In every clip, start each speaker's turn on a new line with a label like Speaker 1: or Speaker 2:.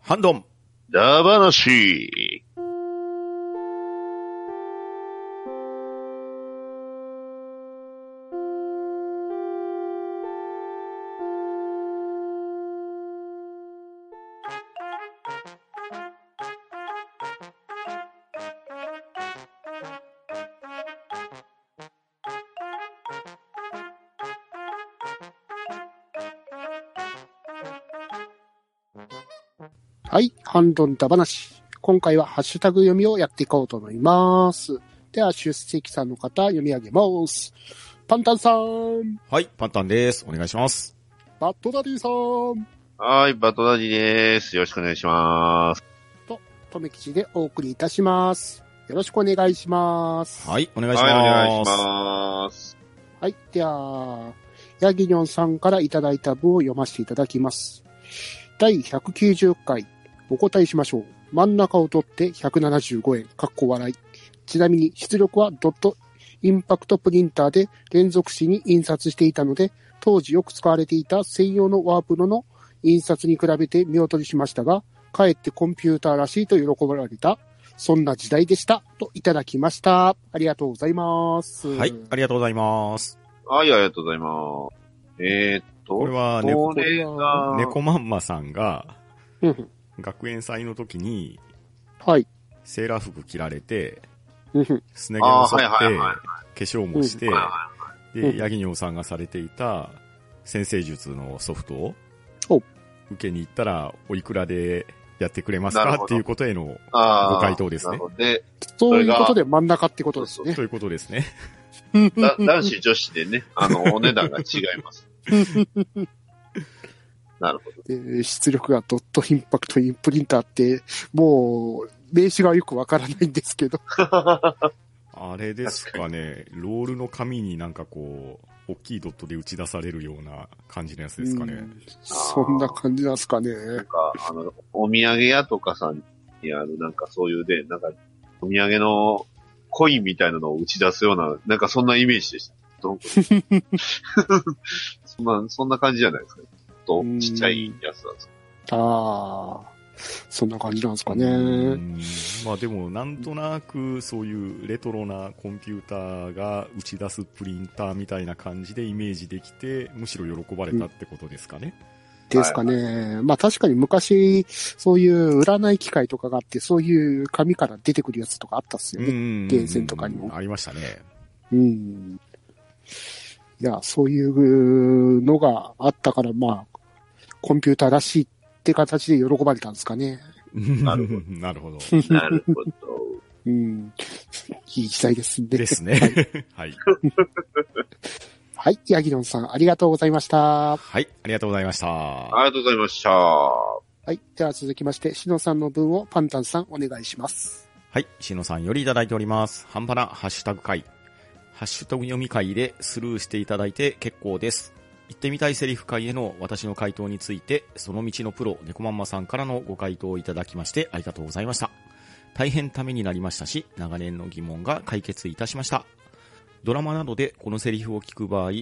Speaker 1: ハンドン。
Speaker 2: ダバナシ
Speaker 3: はい、ハンドンダ話。今回はハッシュタグ読みをやっていこうと思います。では、出席さんの方、読み上げます。パンタンさん、
Speaker 1: はい、パンタンです。お願いします。
Speaker 3: バットダディさん、
Speaker 2: はーい、バトダディです。よろしくお願いします。
Speaker 3: とめきちでお送りいたします。よろしくお願いします。
Speaker 1: はい、お願いし
Speaker 2: はい、お願
Speaker 1: ま
Speaker 2: い
Speaker 1: す。
Speaker 2: します。
Speaker 3: はい。では、ヤギニョンさんからいただいた文を読ませていただきます。第190回、お答えしましょう。真ん中を取って175円、かっこ笑い。ちなみに出力はドットインパクトプリンターで連続紙に印刷していたので、当時よく使われていた専用のワープロの印刷に比べて見劣りしましたが、かえってコンピューターらしいと喜ばれた、そんな時代でした、といただきました。ありがとうございます。
Speaker 1: はい、ありがとうございます。
Speaker 2: はい、ありがとうございます。えー、っと、
Speaker 1: これは
Speaker 2: こ
Speaker 1: 猫、
Speaker 2: れが、
Speaker 1: 猫まんまさんが
Speaker 3: うんうん
Speaker 1: 学園祭の時に
Speaker 3: はい。
Speaker 1: セーラー服着られて、
Speaker 3: うんうん
Speaker 1: すね毛を剃って、
Speaker 2: あーはいはいはい
Speaker 1: 化粧もして、
Speaker 2: は
Speaker 1: で、ヤギニョウさんがされていた先生術のソフトを
Speaker 3: お
Speaker 1: 受けに行ったらおいくらでやってくれます
Speaker 2: なる
Speaker 1: か
Speaker 2: ほど
Speaker 1: っていうことへの、
Speaker 2: あー
Speaker 1: ご回答ですね
Speaker 2: なので、
Speaker 3: そういうことで真ん中ってことですね。
Speaker 1: ということですね。
Speaker 2: だ 男子女子でね、あの、お値段が違い ます。なるほど。
Speaker 3: えー出力がドットインパクトインプリンターって、もう、名詞がよくわからないんですけど。
Speaker 1: あれですかね、ロールの紙になんかこう、大きいドットで打ち出されるような感じのやつですか
Speaker 3: う
Speaker 1: ね。
Speaker 3: んそんな感じなんですかね。
Speaker 2: なんか、あの、お土産屋とかさんにある、なんかそういうで、なんか、お土産のコインみたいなのを打ち出すような、なんかそんなイメージでした。どん そんな、そんな感じじゃないですか、ね。と、ちっちゃいやつなんです
Speaker 3: ああ、そんな感じなんですかね。
Speaker 1: うんまあでも、なんとなくそういうレトロなコンピューターが打ち出すプリンターみたいな感じでイメージできて、むしろ喜ばれたってことですかね。
Speaker 3: ですかね。まあ確かに昔、そういう占い機械とかがあって、そういう紙から出てくるやつとかあったっすよね。ゲーセンとかにも
Speaker 1: ありましたね。
Speaker 3: うん。いや、そういうのがあったから、まあ、コンピューターらしいって形で喜ばれたんですかね。
Speaker 1: な
Speaker 2: るほ
Speaker 1: なるほど。
Speaker 2: よ。なるほど。
Speaker 3: うん。いい時代ですね。
Speaker 1: ですね。 はい。
Speaker 3: はい。ヤギロンさん、ありがとうございました。
Speaker 1: はい。ありがとうございました。は
Speaker 2: ありがとうございました。は
Speaker 3: はい。では続きまして、しのさんの分をパンタンさん、お願いします。
Speaker 1: い。しのさんよりいただいております。半端なハッシュタグ会。ハッシュタグ読み会でスルーしていただいて結構です。言ってみたいセリフ会への私の回答について、その道のプロ、猫まんまさんからのご回答をいただきましてありがとうございました。大変ためになりましたし、長年の疑問が解決いたしました。ドラマなどでこのセリフを聞く場合、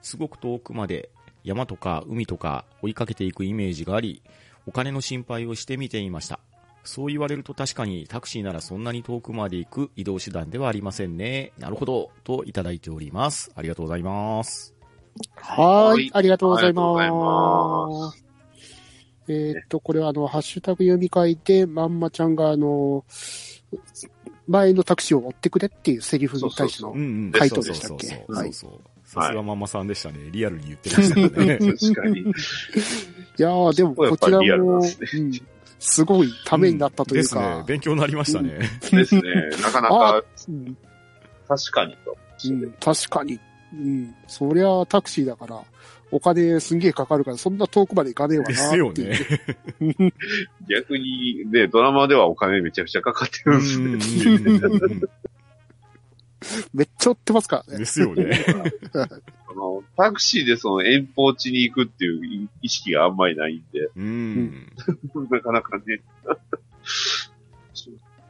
Speaker 1: すごく遠くまで山とか海とか追いかけていくイメージがあり、お金の心配をして見ていました。そう言われると確かにタクシーならそんなに遠くまで行く移動手段ではありませんね。なるほど。といただいております。ありがとうございます。
Speaker 3: は
Speaker 2: はい
Speaker 3: い。ありがとうござい
Speaker 2: ありがとうご
Speaker 3: ます。えーっと、これはあの、ハッシュタグ読み会で、まんまちゃんがあの、前のタクシーを追ってくれっていうセリフに対しての
Speaker 1: うんうん。
Speaker 3: 回答でしたっけ
Speaker 1: そうそう
Speaker 3: は
Speaker 1: そう
Speaker 3: い
Speaker 1: そう。さすがママさんでしたね。リアルに言ってま したね。
Speaker 2: 確かに。
Speaker 3: いやー、でも、こちら
Speaker 2: やっぱりリアルなん
Speaker 3: も、
Speaker 2: です
Speaker 3: うん、すごいためになったという
Speaker 1: です
Speaker 3: か
Speaker 1: ね。、勉強になりましたね。
Speaker 2: ですね。なかなか、
Speaker 3: うん
Speaker 2: 確かにと。
Speaker 3: うん、確かに。うん、そりゃタクシーだから、お金すんげえかかるから、そんな遠くまで行かねえわな
Speaker 1: で
Speaker 3: って
Speaker 1: す
Speaker 3: いう
Speaker 1: よね。
Speaker 2: 逆に、ね、ドラマではお金めちゃくちゃかかってるんですね。
Speaker 1: うんうんうん
Speaker 3: めっちゃ追ってますから
Speaker 1: うん
Speaker 3: ね。
Speaker 1: ですよね。
Speaker 2: あの、タクシーでその遠方地に行くっていう意識があんまりないんで、
Speaker 1: うん。
Speaker 2: なかなかね、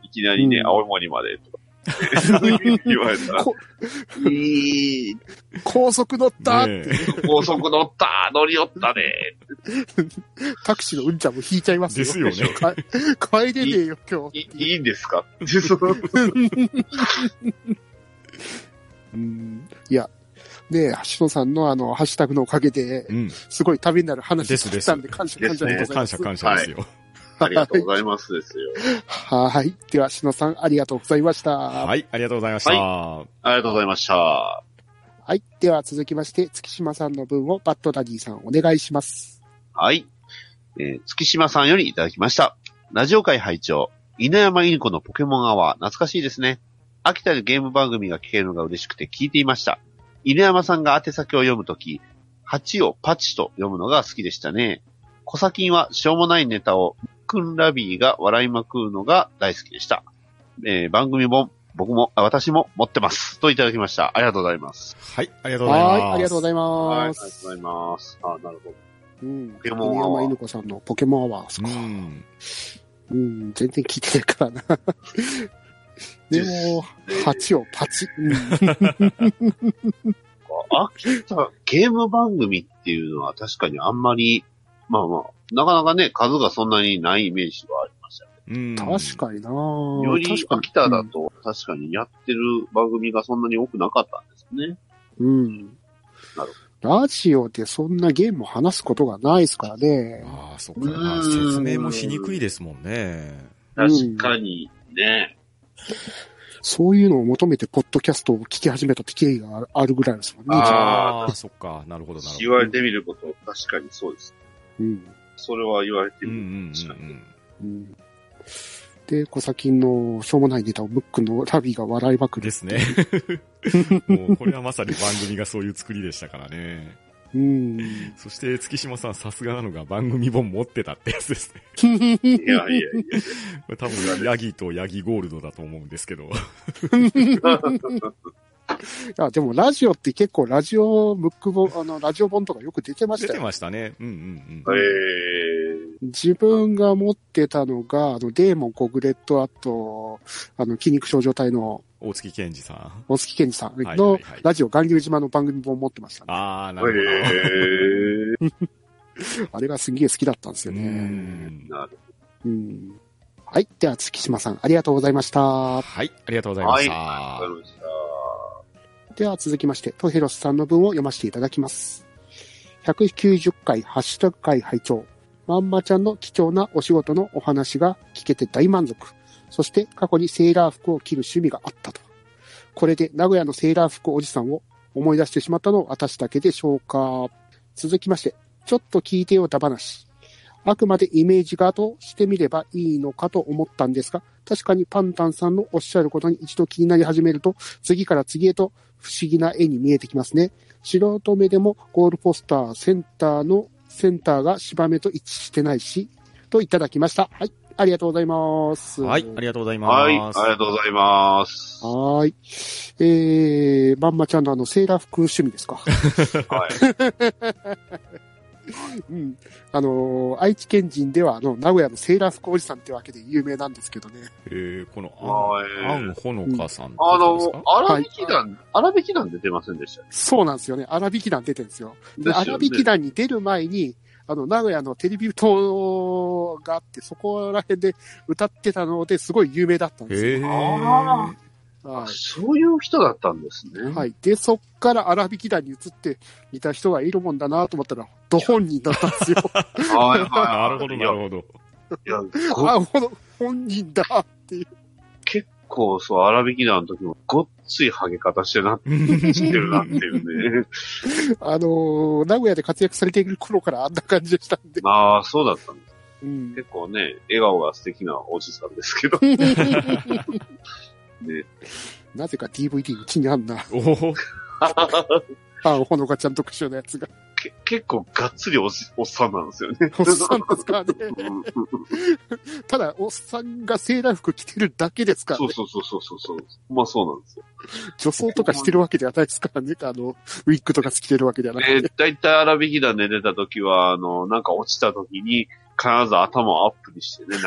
Speaker 2: いきなりね、
Speaker 3: うん
Speaker 2: 青森までとか言われた。
Speaker 3: こ
Speaker 2: いい、
Speaker 3: 高速乗った、
Speaker 1: ねえ
Speaker 2: 高速乗った、乗り寄ったね。
Speaker 3: タクシーのうんちゃんも引いちゃいますよ。
Speaker 1: ですよね
Speaker 3: か。帰れね えよ、今
Speaker 2: い
Speaker 3: 日。
Speaker 2: いいんですか う
Speaker 3: うんいや、ねえ、橋野さんのあの、ハッシュタグのおかげで、
Speaker 1: うん。
Speaker 3: すごい旅になる話
Speaker 1: です
Speaker 3: できたんで、感謝、
Speaker 2: で
Speaker 3: 感
Speaker 2: す
Speaker 3: 謝でご
Speaker 2: ね
Speaker 3: ざいま
Speaker 1: 感
Speaker 3: す。
Speaker 1: 謝感謝ですよ。
Speaker 2: ありがとうございますですよ。
Speaker 3: はい。では、篠さん、ありがとうございました。
Speaker 1: は
Speaker 3: はい。
Speaker 1: い、ありがとうございました。
Speaker 2: ありがとうございました。
Speaker 3: では、続きまして、月島さんの分をバッドダディさん、お願いします。
Speaker 2: はい。えー月島さんよりいただきました。ラジオ界拝聴犬山犬子のポケモンアワー、懐かしいですね。秋田でゲーム番組が聞けるのが嬉しくて聞いていました。犬山さんが宛先を読むとき、8をパチと読むのが好きでしたね。小サキンはしょうもないネタを、くんラビーが笑いまくるのが大好きでした。えー番組本、僕も、あ私も持ってます。といただきました。ありがとうございます。
Speaker 1: はい、ありがとうございます。
Speaker 3: はい。ありがとうござい
Speaker 2: はい、あり
Speaker 3: ま
Speaker 2: がとう
Speaker 3: す。
Speaker 2: ございます。あ、なるほど。
Speaker 3: うん。
Speaker 2: ポケモンアワー
Speaker 3: 犬山犬子さんのポケモンアワーですか。
Speaker 1: うん。
Speaker 3: うん、全然聞いてないからな。 でも、8をパチ。うん
Speaker 2: 秋田、ゲーム番組っていうのは確かにあんまり、まあまあ、なかなかね、数がそんなにないイメージはありましたよ。
Speaker 1: うん
Speaker 3: 確かにな
Speaker 2: より
Speaker 3: 確かに
Speaker 2: 秋田だと確かにやってる番組がそんなに多くなかったんですね。
Speaker 3: うん。
Speaker 2: なる
Speaker 3: ラジオでそんなゲームを話すことがないですからね。
Speaker 1: ああ、そっか。まあ説明もしにくいですもんね。
Speaker 2: 確かにね。
Speaker 3: そういうのを求めて、ポッドキャストを聞き始めたって経緯があるぐらいですもんね。
Speaker 2: あー
Speaker 1: あー、そっか。なるほど、なるほ
Speaker 2: 言
Speaker 1: ど。
Speaker 2: われてみること、確かにそうです。
Speaker 3: うん。
Speaker 2: それは言われて
Speaker 1: うんう
Speaker 2: みる。
Speaker 1: んうん
Speaker 3: うん。で、小先のしょうもないネタをムックのラビーが笑いま
Speaker 1: う
Speaker 3: く
Speaker 1: ん。で
Speaker 3: る。
Speaker 1: すね。もう、これはまさに番組がそういう作りでしたからね。
Speaker 3: うん。
Speaker 1: そして、月島さん、さすがなのが番組本持ってたってやつですね。
Speaker 2: いや いやいや。
Speaker 1: これ多分、ヤギとヤギゴールドだと思うんですけど。
Speaker 3: いや、でもラジオって結構ラジオ、ムック本、あの、ラジオ本とかよく出てまし
Speaker 1: 出
Speaker 3: た
Speaker 1: て
Speaker 3: よ。
Speaker 1: ましたね。うんうん
Speaker 2: え
Speaker 1: うん。
Speaker 3: 自分が持ってたのが、あの、デーモン、コグレット、あと、あの、筋肉症状体の
Speaker 1: 大月健二さん。
Speaker 3: 大月健二さん
Speaker 1: はいはいは
Speaker 3: の
Speaker 1: い
Speaker 3: ラジオ、巌流島の番組本持ってましたね。
Speaker 1: ああ、
Speaker 2: ー、
Speaker 1: なるほど。
Speaker 2: え
Speaker 3: あれがすげえ好きだったんですよ
Speaker 1: う
Speaker 3: ね。
Speaker 1: ん
Speaker 2: ー、なる
Speaker 3: うんはい。では、月島さん、ありがとうございました。
Speaker 1: はい、ありがとうご
Speaker 2: ほ
Speaker 1: ざい
Speaker 2: ど。
Speaker 1: ました。
Speaker 2: はい。わかりました。
Speaker 3: では、続きまして、トヘロスさんの文を読ませていただきます。190回、ハッシュタグ会拝聴まんまちゃんの貴重なお仕事のお話が聞けて大満足。そして、過去にセーラー服を着る趣味があったと。これで、名古屋のセーラー服おじさんを思い出してしまったのは私だけでしょうか。続きまして、ちょっと聞いてよだ話。あくまでイメージ画としてみればいいのかと思ったんですが、確かにパンタンさんのおっしゃることに一度気になり始めると、次から次へと不思議な絵に見えてきますね。素人目でもゴールポスター、センターの、センターが芝目と一致してないし、といただきました。はい。ありがとうございます。
Speaker 1: はい、ありがとうござい
Speaker 2: はい、あ
Speaker 1: ま
Speaker 2: り
Speaker 1: す。
Speaker 2: がとうございます。は
Speaker 3: はーい。えー、まんまちゃんのあの、セーラー服趣味ですか。
Speaker 2: い。
Speaker 3: うん。あのー愛知県人では、あの、名古屋のセーラー服おじさんってわけで有名なんですけどね。
Speaker 1: えー、この
Speaker 2: はい
Speaker 1: アン、アンほのかさんって
Speaker 2: あ
Speaker 1: 方ですか
Speaker 2: の、荒引き団、荒引き団出てませんでしたね。
Speaker 3: そうなんですよね。荒引き団出てるんですよ。で、
Speaker 2: です
Speaker 3: 荒
Speaker 2: よね
Speaker 3: 引き団に出る前に、あの、名古屋のテレビ塔があって、そこら辺で歌ってたので、すごい有名だったんですよ。
Speaker 1: へえ。
Speaker 2: あ
Speaker 3: は
Speaker 2: そういう人だったんですね。
Speaker 3: い。はい。で、そっから荒引き団に移っていた人がいるもんだなと思ったら、ど本人だったん ですよ。
Speaker 2: はいはいは
Speaker 1: な
Speaker 2: い。
Speaker 1: るほど、なるほど。
Speaker 2: いや、いやご
Speaker 3: あ、ほの本人だっていう。
Speaker 2: 結構、そう、荒引き団の時も、ごっついハゲ方してな、してるなっていうね。
Speaker 3: あのー名古屋で活躍されている頃からあんな感じでしたんで。
Speaker 2: まあ、そうだったんです。
Speaker 3: うん。
Speaker 2: 結構ね、笑顔が素敵なおじさんですけど。ね、
Speaker 3: なぜか DVD うちにあんな、
Speaker 1: おお、
Speaker 3: あ、ほのかちゃん特集のやつが。
Speaker 2: け結構がっつりおじおっさんなんですよね。
Speaker 3: おっさんですからね。
Speaker 2: うん
Speaker 3: ただ、おっさんがセーラー服着てるだけですから、
Speaker 2: そ
Speaker 3: ね
Speaker 2: う、そうそうそうそうそう。まあそうなんですよ。
Speaker 3: 女装とかしてるわけではないですからね。あの、ウィッグとか着てるわけでは なく
Speaker 2: で
Speaker 3: て。、
Speaker 2: だいたい荒引き団で出た時は、あの、なんか落ちた時に、必ず頭 をアップにしてね、流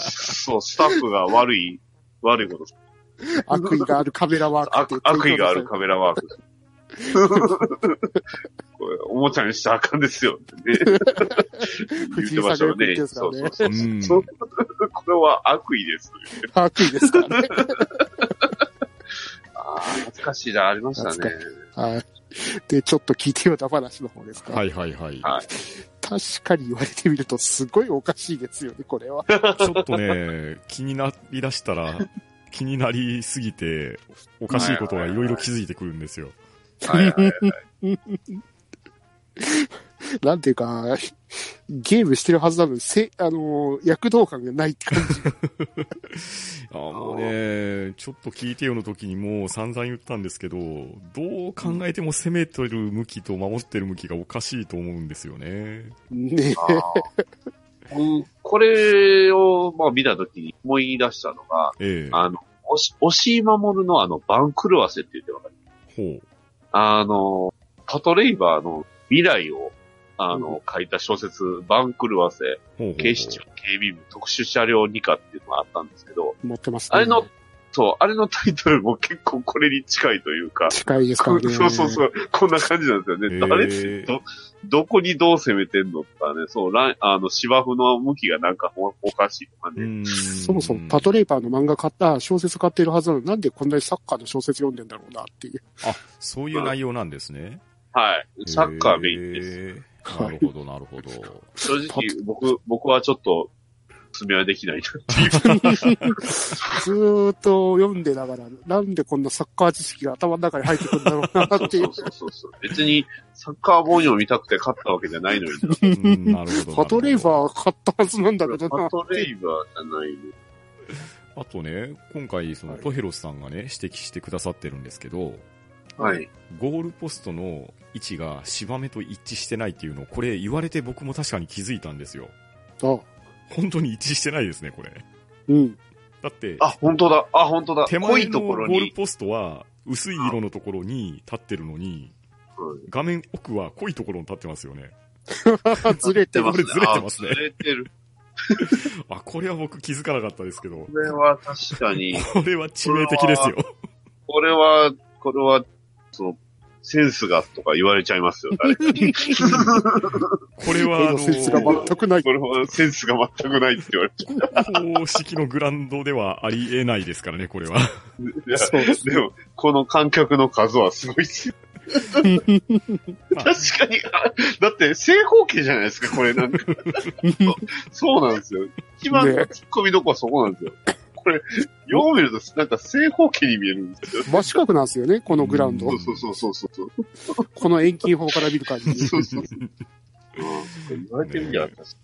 Speaker 2: すと。そう、スタッフが悪い、悪いこと
Speaker 3: 悪意があるカメラワーク
Speaker 2: 悪
Speaker 3: って
Speaker 2: 悪意があるカメラワーク。 これ、おもちゃにしたらあかんですよって ね。言ってましたよね。
Speaker 3: 藤井さ
Speaker 2: そ
Speaker 3: ん
Speaker 2: う
Speaker 3: がよ
Speaker 2: そう
Speaker 3: く
Speaker 2: そう。
Speaker 1: うん
Speaker 2: そうこれは悪意です。
Speaker 3: 悪意ですからね。
Speaker 2: ああ、懐かしいな、ありましたね。
Speaker 3: 懐はい。で、ちょっと聞いてよだ話の方ですか。
Speaker 1: はいはいはい。
Speaker 2: は
Speaker 3: 確かに言われてみると、すごいおかしいですよね、これは。
Speaker 1: ちょっとね、気になりだしたら、気になりすぎて、おかしいことがいろいろ気づいてくるんですよ。
Speaker 2: はいはいはい。
Speaker 3: なんていうか、ゲームしてるはずなのに、せ、あのー躍動感がないって感じ。
Speaker 1: あもうね、ちょっと聞いてよの時にもう散々言ったんですけど、どう考えても攻めてる向きと守ってる向きがおかしいと思うんですよね。
Speaker 3: ね
Speaker 2: あー うんこれを、まあ、見たときに思い出したのが、
Speaker 1: ええ。
Speaker 2: あの、押し、押し守るのあの、番狂わせって言ってわかる。
Speaker 1: ほう。
Speaker 2: あの、パトレイバーの未来を、あの、書いた小説、番狂わせ、
Speaker 1: ほうほうほう
Speaker 2: 警視庁警備部特殊車両2課っていうのがあったんですけど、
Speaker 3: 持ってますね。
Speaker 2: あれの、そう、あれのタイトルも結構これに近いというか、
Speaker 3: 近いですから
Speaker 2: こ
Speaker 3: ね。
Speaker 2: そうそうそう、こんな感じなんですよね。
Speaker 1: え
Speaker 2: 誰
Speaker 1: ー
Speaker 2: ど、どこにどう攻めてんのとかね、そう、ラインあの、芝生の向きがなんかおおかしいとか
Speaker 1: う
Speaker 2: ね。
Speaker 1: ん
Speaker 3: そもそもパトレイバーの漫画買った、小説買っているはずなのに、なんでこんなにサッカーの小説読んでんだろうなっていう。
Speaker 1: あ、そういう内容なんですね。
Speaker 2: はい。サッカーメインです。
Speaker 1: へーなるほど、なるほど。
Speaker 2: 正直、僕、僕はちょっと、詰めはできないなってい う。
Speaker 3: ずーっと読んでながら、なんでこんなサッカー知識が頭の中に入ってくるんだろう なってい
Speaker 2: そうう。そうそうそう。別に、サッカーボーイを見たくて勝ったわけじゃないの にな。
Speaker 1: うんなるほど。
Speaker 3: パトレイ
Speaker 1: なるほ
Speaker 3: バー買ったはずなんだけどな
Speaker 2: パ。トレイバーじゃないの。
Speaker 1: どあとね、今回、その、
Speaker 3: はい
Speaker 1: トヘロスさんがね、指摘してくださってるんですけど、
Speaker 2: はい。
Speaker 1: ゴールポストの位置が芝目と一致してないっていうのを、これ言われて僕も確かに気づいたんですよ。
Speaker 3: あ
Speaker 1: 本当に一致してないですね、これ。
Speaker 3: うん。
Speaker 1: だって、
Speaker 2: あ、本当だ。あ、本当だ。
Speaker 1: 手
Speaker 2: 濃
Speaker 1: 前
Speaker 2: い
Speaker 1: の
Speaker 2: と
Speaker 1: ゴ
Speaker 2: ころ
Speaker 1: ール
Speaker 2: に。
Speaker 1: ポストは薄い色のところに立ってるのに、画面奥は濃いところに立ってますよね。
Speaker 3: ずれて
Speaker 2: 出
Speaker 3: ま。
Speaker 2: ます すね
Speaker 1: ずれてますね
Speaker 2: あずれてる。
Speaker 1: あ、これは僕気づかなかったですけど
Speaker 2: こ、れは確かに。
Speaker 1: これは致命的ですよ。
Speaker 2: これは、これは、そう、センスがとか言われちゃいますよ、誰 かに。
Speaker 1: これ
Speaker 3: 絵
Speaker 1: は、あ
Speaker 3: の
Speaker 1: の、
Speaker 3: センスが全くない。
Speaker 2: これはセンスが全くないって言われちゃ
Speaker 1: 公式のグラウンドではありえないですから ね、これは。
Speaker 2: ういや。
Speaker 3: そうです
Speaker 2: でも、この観客の数はすごいです よ。確かに、 あだって正方形じゃないですか、これなん か。そうなんですよ。一番の
Speaker 3: ね
Speaker 2: 突っ込みどこはそこなんですよ。これ、よう見ると、なんか正方形に見えるんですよ。
Speaker 3: 真四角なんですよね、このグラウンド
Speaker 1: う
Speaker 2: そ
Speaker 1: ん。
Speaker 2: うそうそうそうそう。そう
Speaker 3: この遠近法から見る限 り。
Speaker 2: そうそう。うん言われてるんじゃないですか。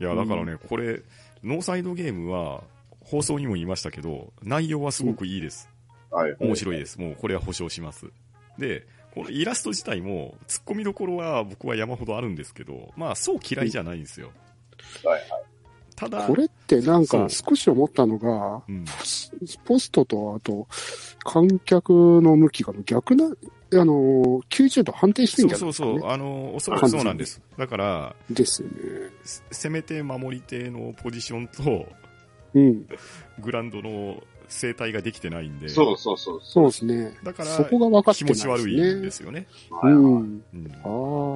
Speaker 1: いや、だからね、これ、ノーサイドゲームは、放送にも言いましたけど、内容はすごくいいです。
Speaker 2: はい。
Speaker 1: 面白いです。もうこれは保証します。で、このイラスト自体も、突っ込みどころは僕は山ほどあるんですけど、まあ、そう嫌いじゃないんですよ。
Speaker 2: はい
Speaker 1: ただ
Speaker 3: こ、れってなん
Speaker 1: そ
Speaker 3: か
Speaker 1: う
Speaker 3: 少し思ったのが、
Speaker 1: うん、
Speaker 3: スポストとあと、観客の向きが逆な、あの、90度反転して
Speaker 1: そう
Speaker 3: んじゃない
Speaker 1: そ
Speaker 3: で
Speaker 1: うそ
Speaker 3: すか、ね。
Speaker 1: う、あの、おそらくそうなんです。だから、
Speaker 3: ですよね。
Speaker 1: せ攻め手、守り手のポジションと、
Speaker 3: うん。
Speaker 1: グラウンドの生態ができてないんで、
Speaker 2: そうそうそう。
Speaker 3: そうですね。
Speaker 1: だから、
Speaker 3: そこが分かって
Speaker 1: 気
Speaker 3: な
Speaker 1: 持
Speaker 3: いです
Speaker 1: ち
Speaker 3: ね。
Speaker 1: 悪いんですよね。
Speaker 2: はいはい
Speaker 3: うん。
Speaker 1: う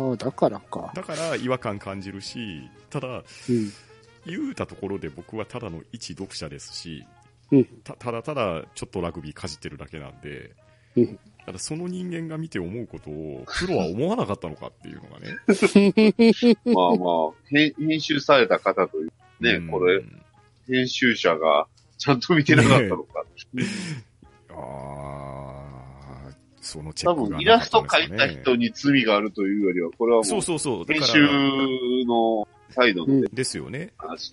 Speaker 1: ん、
Speaker 3: ああ、だからか。
Speaker 1: だから違和感感じるし、ただ、
Speaker 3: うん。
Speaker 1: 言うたところで僕はただの一読者ですし、
Speaker 3: うん
Speaker 1: たただただちょっとラグビーかじってるだけなんで、
Speaker 3: うん
Speaker 1: ただその人間が見て思うことを、プロは思わなかったのかっていうのがね。
Speaker 2: まあまあ、編編集された方というね、
Speaker 1: うん
Speaker 2: これ、。編集者がちゃんと見てなかったのか。
Speaker 1: あーそのチェ
Speaker 2: 多
Speaker 1: ックが
Speaker 2: 分、イ
Speaker 1: な
Speaker 2: ラ
Speaker 1: かっ
Speaker 2: ス
Speaker 1: た
Speaker 2: ト
Speaker 1: んですかね、
Speaker 2: 描いた人に罪があるというよりは、これはも
Speaker 1: そうう、そうそう。だ
Speaker 2: 編
Speaker 1: から
Speaker 2: 集のサイドの
Speaker 1: ですよね。
Speaker 2: 話。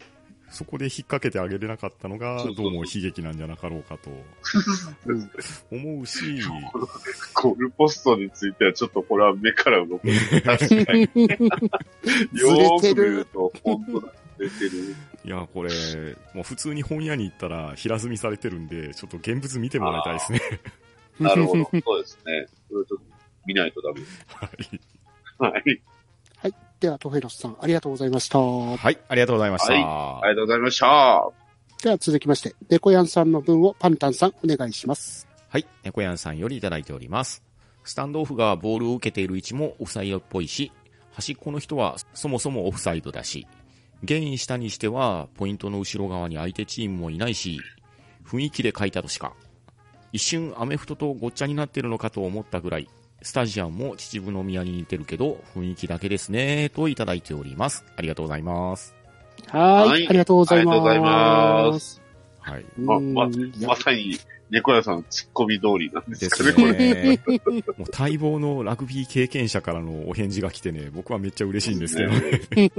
Speaker 1: そこで引っ掛けてあげれなかったのが、
Speaker 2: そうそう
Speaker 1: どうも悲劇なんじゃなかろう かと
Speaker 3: うん
Speaker 1: 思うし、
Speaker 2: ゴールポストについては、ちょっとこれは目から動く。確かに。よーく見ると、本当だ。出てる。
Speaker 1: いや、これ、もう普通に本屋に行ったら平積みされてるんで、ちょっと現物見てもらいたいですね。
Speaker 2: なるほど。そうですね。そういうとこ見ないとダメ。
Speaker 1: はい。
Speaker 2: はい。
Speaker 3: では、トヘロスさん、ありがとうございまし た。
Speaker 1: はい、ありがとうございました。
Speaker 2: ありがとうございました。
Speaker 3: では続きまして、猫やんさんの分をパンタンさんお願いします。
Speaker 1: はい、猫やんさんよりいただいております。スタンドオフがボールを受けている位置もオフサイドっぽいし、端っこの人はそもそもオフサイドだし、ゲインしたにしてはポイントの後ろ側に相手チームもいないし、雰囲気で書いたとしか。一瞬アメフトとごっちゃになってるのかと思ったぐらい、スタジアムも秩父宮に似てるけど、雰囲気だけですね、といただいております。ありがとうございます。
Speaker 3: はーい
Speaker 2: はい
Speaker 3: ありがとうございます。。
Speaker 2: ありがとうございます
Speaker 1: はい。
Speaker 2: ま、ま、
Speaker 3: いや
Speaker 2: まさに、猫屋さんのツッコミ通りなんです
Speaker 1: で
Speaker 2: か
Speaker 1: す
Speaker 2: ね、これ。
Speaker 1: ね。 もう待望のラグビー経験者からのお返事が来てね、僕はめっちゃ嬉しいんですけど、
Speaker 2: ね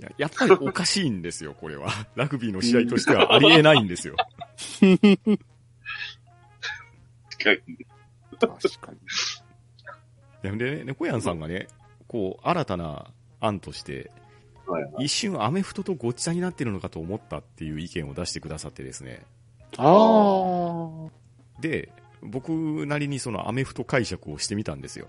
Speaker 1: いややっぱりおかしいんですよ、これは。ラグビーの試合としてはありえないんですよ。
Speaker 2: 確かに
Speaker 3: 確かに。
Speaker 1: でね、猫やんさんがね、こう、新たな案として、
Speaker 2: はい
Speaker 1: 一瞬アメフトとごっちゃになってるのかと思ったっていう意見を出してくださってですね。
Speaker 3: ああ。
Speaker 1: で、僕なりにそのアメフト解釈をしてみたんですよ。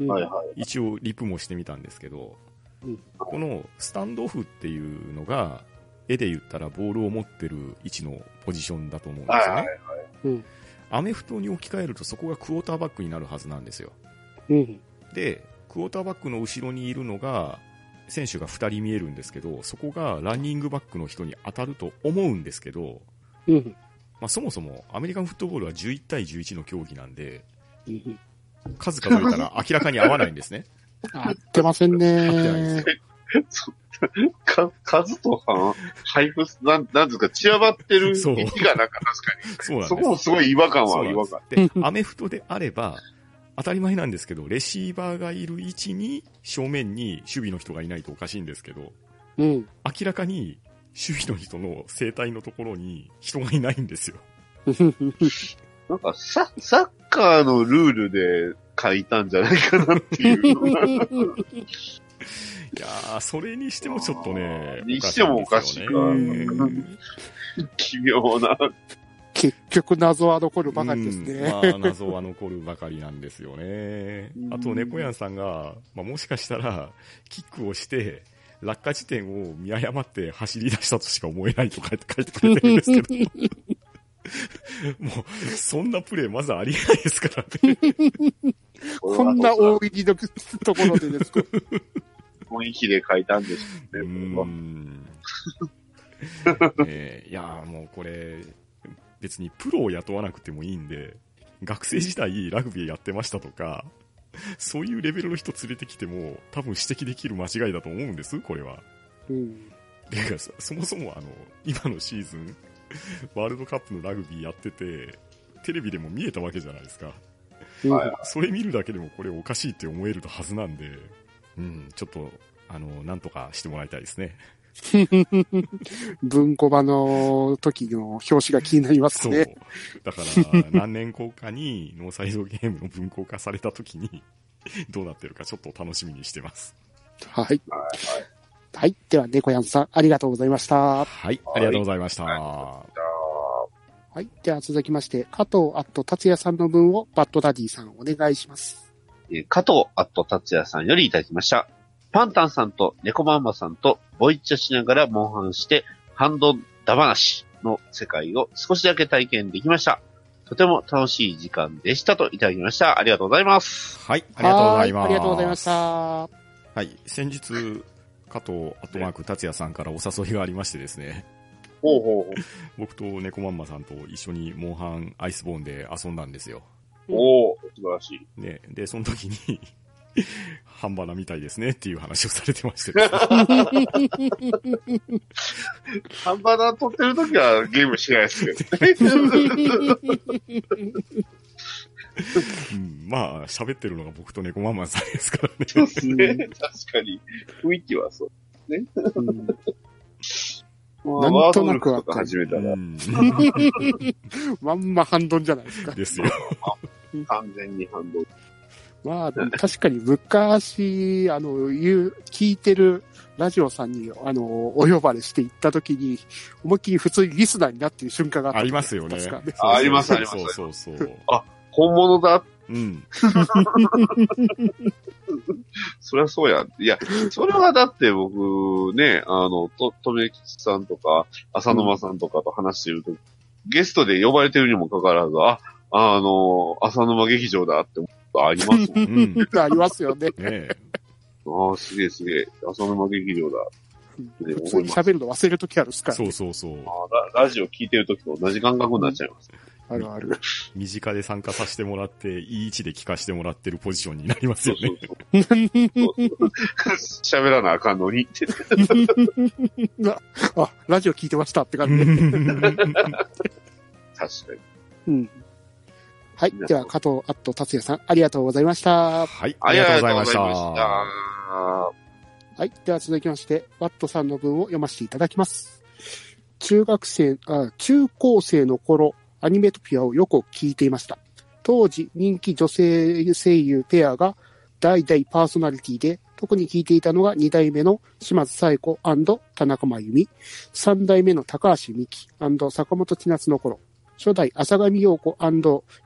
Speaker 3: うん
Speaker 2: はいはい。
Speaker 1: 一応リプもしてみたんですけど、
Speaker 3: うん
Speaker 1: このスタンドオフっていうのが、絵で言ったらボールを持ってる位置のポジションだと思うんです
Speaker 2: はい
Speaker 1: よ
Speaker 2: は
Speaker 1: ね
Speaker 2: い。。
Speaker 3: うん。
Speaker 1: アメフトに置き換えるとそこがクォーターバックになるはずなんですよ。
Speaker 3: うん。
Speaker 1: で、クォーターバックの後ろにいるのが、選手が2人見えるんですけど、そこがランニングバックの人に当たると思うんですけど、
Speaker 3: うん。
Speaker 1: まあ、そもそもアメリカンフットボールは11対11の競技なんで、
Speaker 3: うん。
Speaker 1: 数数えたら明らかに合わないんです ね。
Speaker 3: 合ってません
Speaker 1: ってないで
Speaker 3: ね
Speaker 1: す。
Speaker 2: か、カズトさん、配布、なん、なんですか、散らばってる
Speaker 1: そう
Speaker 2: 息がなんか確か
Speaker 1: そう
Speaker 2: に。
Speaker 1: なん
Speaker 2: そ
Speaker 1: です
Speaker 2: こ。もすごい違和感
Speaker 1: そ
Speaker 2: は
Speaker 1: う
Speaker 2: 違
Speaker 1: なん
Speaker 2: 和
Speaker 1: です
Speaker 2: 感。
Speaker 1: で、アメフトであれば、当たり前なんですけど、レシーバーがいる位置に、正面に守備の人がいないとおかしいんですけど、
Speaker 3: うん。
Speaker 1: 明らかに守備の人の生体のところに人がいないん ですよ。
Speaker 2: なんか、サ、サッカーのルールで書いたんじゃないかなっ ていう。
Speaker 1: いやー、それにしてもちょっとね
Speaker 2: あー、にしてもおかしいな
Speaker 1: うん
Speaker 2: 奇妙な。
Speaker 3: 結局謎は残るばかりです
Speaker 1: うん
Speaker 3: ね。
Speaker 1: まあ、謎は残るばかりなんですよね
Speaker 2: う。ん
Speaker 1: あと、猫やんさんが、まあ、もしかしたら、キックをして、落下地点を見誤って走り出したとしか思えないとか書いてくれてるんですけど、もう、そんなプレーまずありえないですからね。
Speaker 3: こんな大喜利のところでですか。
Speaker 2: 雰囲気で書いたんです
Speaker 1: う
Speaker 2: よね。
Speaker 1: ー
Speaker 2: こ
Speaker 1: ん。えーいやーもうこれ、別にプロを雇わなくてもいいんで、学生時代ラグビーやってましたとか、そういうレベルの人連れてきても、多分指摘できる間違いだと思うんです、これは。
Speaker 3: うん。
Speaker 1: ていうか、そそもそもあの、今のシーズン、ワールドカップのラグビーやってて、テレビでも見えたわけじゃないですか。
Speaker 2: は
Speaker 1: それ見るだけでもこれおかしいって思えるはずなんで、うん、ちょっと、あの、なんとかしてもらいたいですね。
Speaker 3: 文庫版の時の表紙が気になります
Speaker 1: そう
Speaker 3: ね。。
Speaker 1: だから、何年後かに、ノーサイドゲームの文庫化された時に、 どうなってるかちょっと楽しみにしてます。
Speaker 3: はい。はい。では、猫やんさん、ありがとうございました。
Speaker 1: はい、
Speaker 2: はい
Speaker 1: ありがとうございました。
Speaker 2: は
Speaker 1: は
Speaker 3: はい。では、続きまして、加藤あっと達也さんの分をバッドダディさん、お願いします。
Speaker 2: いえー加藤アット達也さんよりいただきました。パンタンさんと猫マンマさんとボイッチャしながらモンハンしてハンドダバなしの世界を少しだけ体験できました。とても楽しい時間でしたといただきました。ありがとうございます。
Speaker 1: い、ありがとうございます。
Speaker 3: はありがとうございまし。た。
Speaker 1: はい、先日、加藤アットマーク達也さんからお誘いがありましてですね、
Speaker 2: ほうほう
Speaker 1: 僕と猫まんまさんと一緒にモンハンアイスボーンで遊んだんですよ。
Speaker 2: ほう。おお素晴らしい。
Speaker 1: ね、で、その時に、 半端なみたいですねっていう話をされてましてです ね、
Speaker 2: ハンバーガー撮ってるときはゲームしないですけどね。
Speaker 1: うん、まあ、喋ってるのが僕と猫まんまさんですから ね。
Speaker 2: そうですね。確かに。雰囲気はそう。
Speaker 3: うん
Speaker 2: まあ
Speaker 3: なんとなくわ
Speaker 2: ワードルフとか
Speaker 3: かる
Speaker 2: 始めたら
Speaker 1: う、ん
Speaker 3: まんま反論じゃないですか。
Speaker 1: ですよ。
Speaker 2: 完全に反動。
Speaker 3: まあ、確かに昔、あの、言う、聞いてるラジオさんに、あの、お呼ばれして行った時に、思いっきり普通にリスナーになってる瞬間があった。
Speaker 1: ありますよね。
Speaker 3: 確か
Speaker 2: あありますあります
Speaker 1: そうそうそう。
Speaker 2: 本物だ。
Speaker 1: うん。。
Speaker 2: そりゃそうやん。 いや、それはだって僕ね、あの、と、とめきちさんとか、浅沼さんとかと話してると、ゲストで呼ばれてるにもかかわらず、あ、あの、浅沼劇場だって思うことありますもん
Speaker 1: うん。ね
Speaker 3: ありますよね。
Speaker 1: え。
Speaker 2: ああ、すげえすげえ。浅沼劇場だ。
Speaker 3: 普通に喋るの忘れるときあるっすから、
Speaker 1: そ
Speaker 3: ね。
Speaker 1: うそうそう。
Speaker 2: ああララジオ聞いてる時と同じ感覚になっちゃいます。
Speaker 3: あるある。
Speaker 1: 身近で参加させてもらって、いい位置で聞かせてもらってるポジションになります
Speaker 2: そう
Speaker 1: よね。
Speaker 2: そうそう。喋らなあかんのに って。
Speaker 3: あ、ラジオ聞いてましたって感じで。
Speaker 1: うん
Speaker 2: 確かに。
Speaker 3: うん。はい。では、加藤アット達也さん、ありがとうございました。
Speaker 1: はい、あ
Speaker 2: あ
Speaker 1: り
Speaker 2: り
Speaker 1: がとう
Speaker 2: がと
Speaker 1: ご
Speaker 2: う
Speaker 1: ざいま
Speaker 2: ご
Speaker 1: し。
Speaker 2: ざいましたた。
Speaker 3: はい。では続きまして、ワットさんの文を読ませていただきます。中学生、あ中高生の頃、アニメトピアをよく聞いていました。当時、人気女性声優ペアが代々パーソナリティで、特に聞いていたのが2代目の島津冴子田中真由美、3代目の高橋美希坂本千夏の頃、初代浅上陽子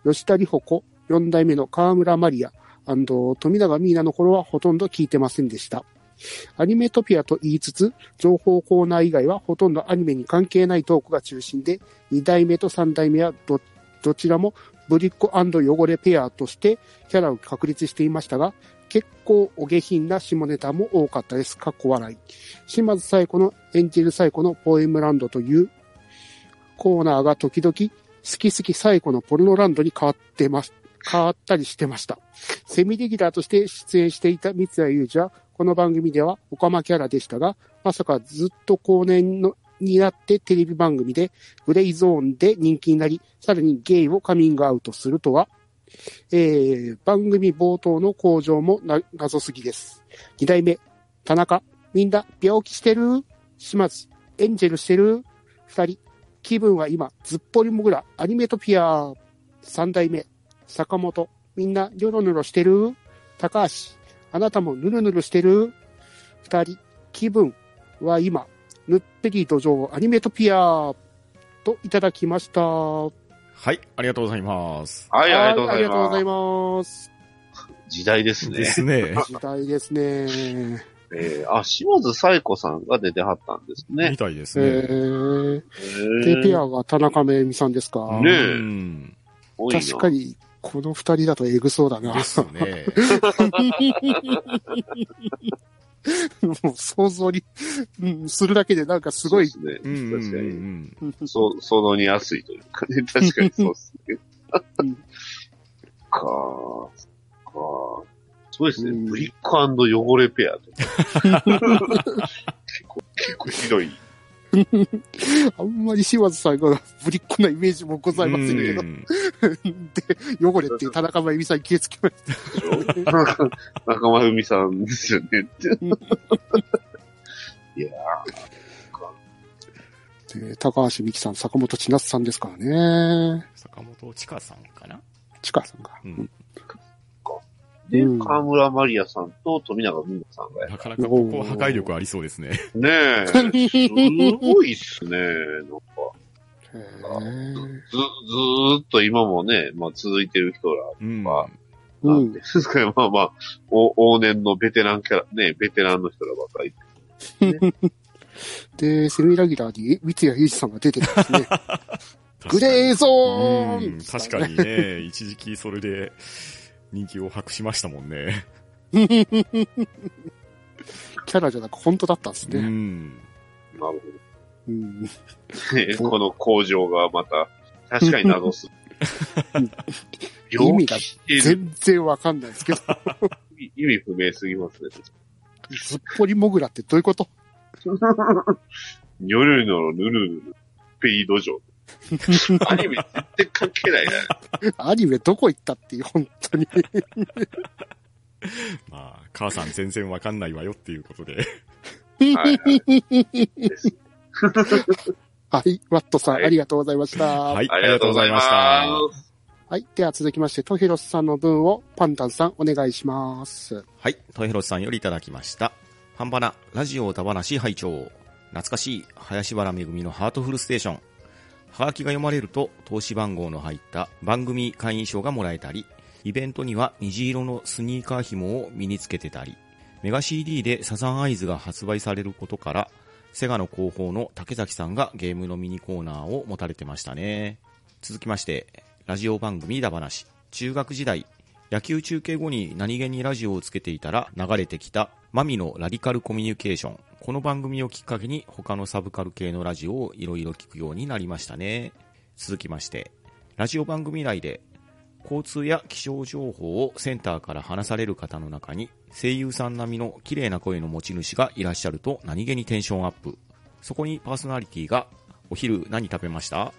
Speaker 3: 吉田里穂子、4代目の河村マリア富永美奈の頃はほとんど聞いてませんでした。アニメトピアと言いつつ、情報コーナー以外はほとんどアニメに関係ないトークが中心で、2代目と3代目はどどちらもぶりっ子汚れペアとしてキャラを確立していましたが、結構お下品な下ネタも多かったです。かっこ笑い。島津冴子のエンジェル冴子のポエムランドというコーナーが時々、好き好き冴子のポルノランドに変わってます。変わったりしてました。セミレギュラーとして出演していた三谷裕二は、この番組ではオカマキャラでしたが、まさかずっと後年のになってテレビ番組で、グレイゾーンで人気になり、さらにゲイをカミングアウトするとは、えー、番組冒頭の向上もな謎すぎです。二代目、田中、みんな病気してる島津、エンジェルしてる二人、気分は今、ずっぽりもぐら、アニメトピア、三代目、坂本、みんなニョロニョロしてる高橋、あなたもヌルヌルしてる二人、気分は今、ぬっぺり土壌アニメトピアといただきました。は
Speaker 1: はい、ありがとうございます。
Speaker 2: はい、ありがとうご
Speaker 3: あ
Speaker 2: ざ
Speaker 3: り
Speaker 2: い
Speaker 3: がとうござ
Speaker 2: ま
Speaker 3: います。
Speaker 2: す。時代です
Speaker 1: で
Speaker 2: ね。
Speaker 1: すね。
Speaker 3: 時代ですね。
Speaker 2: えー、あ、島津冴子さんが出てはったんですね
Speaker 1: み。たいです
Speaker 3: え
Speaker 1: ね。
Speaker 3: ー、
Speaker 2: テ
Speaker 3: で、ペアが田中めぐみさんですか。
Speaker 2: ねえ
Speaker 1: うん
Speaker 3: 確か
Speaker 2: に。
Speaker 3: に、この二人だとエグそうだな
Speaker 1: で。すね。
Speaker 3: もう想像に、うん、するだけでなんかす ごい
Speaker 2: そうです
Speaker 1: う
Speaker 2: ね。
Speaker 1: んうん
Speaker 2: 確
Speaker 1: う
Speaker 2: かに。
Speaker 1: ん
Speaker 2: そう、想像に安いというかね。確かにそうですね
Speaker 3: うん。
Speaker 2: かーかーそうですね。
Speaker 3: うん
Speaker 2: ブリック汚れペアとか。結構、結構ひどい。
Speaker 3: あんまり島津さんがぶりっ子なイメージもございませんけど
Speaker 1: う、ん
Speaker 3: で、汚れっていう田中真由美さんに気をつけました。
Speaker 2: 仲間海さんですよね。いや
Speaker 3: で高橋美希さん、坂本千夏さんですからね。
Speaker 1: 坂本千佳さんかな
Speaker 3: ちかさんが。
Speaker 1: うん
Speaker 2: ー。で、
Speaker 3: うん
Speaker 2: 河村マリアさんと富永美奈さんがや
Speaker 1: なかなかここは破壊力ありそうですね。
Speaker 2: ねえ。すごいっすね。なんか、
Speaker 3: へー
Speaker 2: ず、ずーっと今もね、まあ続いてる人ら
Speaker 1: うん。
Speaker 2: ま
Speaker 3: う
Speaker 2: なん
Speaker 3: ん
Speaker 2: で。すかね。 まあまあ、お往年のベテランキャラ、ね、ベテランの人らばっかり。
Speaker 3: で、セミラギュラーに三谷裕二さんが出てたんですね。グレーゾー
Speaker 1: うん
Speaker 3: ン
Speaker 1: 確か。にね、一時期それで人気を博しましたもんね。
Speaker 3: キャラじゃなく本当だったんです
Speaker 1: う
Speaker 3: ね。
Speaker 1: ん。
Speaker 2: なる
Speaker 3: うん。
Speaker 2: ほど ね。この工場がまた、確かに謎す
Speaker 3: うん。
Speaker 2: 病
Speaker 3: 意味
Speaker 2: 気
Speaker 3: が
Speaker 2: してる
Speaker 3: 全然わかんないですけど、
Speaker 2: 意味不明すぎますね。
Speaker 3: ずっぽりもぐらってどういうこと
Speaker 2: ニョルノのヌルヌル、ペリドジ ョ。アニメ絶対関係ないな。
Speaker 3: アニメどこ行ったっていう、本当に。
Speaker 1: まあ、母さん全然わかんないわよっていうことで。
Speaker 2: はいはいです
Speaker 3: はい、ワットさん、
Speaker 2: はい
Speaker 3: ありがとうございました。
Speaker 1: はい、
Speaker 2: ありがとうございまし
Speaker 1: あり
Speaker 2: た
Speaker 1: がとうございま。
Speaker 3: はい。では続きまして、トヒロスさんの分をパンタンさんお願いします。
Speaker 1: はい、豊弘さんよりいただきました。半端なラジオ歌話拝聴懐かしい林原めぐみのハートフルステーション。はがきが読まれると、投資番号の入った番組会員証がもらえたり、イベントには虹色のスニーカー紐を身につけてたり、メガ CD でサザンアイズが発売されることから、セガの広報の竹崎さんがゲームのミニコーナーを持たれてましたね。続きまして、ラジオ番組だ話。中学時代、野球中継後に何気にラジオをつけていたら流れてきたマミのラディカルコミュニケーション。この番組をきっかけに他のサブカル系のラジオをいろいろ聞くようになりましたね。続きまして、ラジオ番組内で交通や気象情報をセンターから話される方の中に声優さん並みの綺麗な声の持ち主がいらっしゃると何気にテンションアップ。そこにパーソナリティがお昼何食べました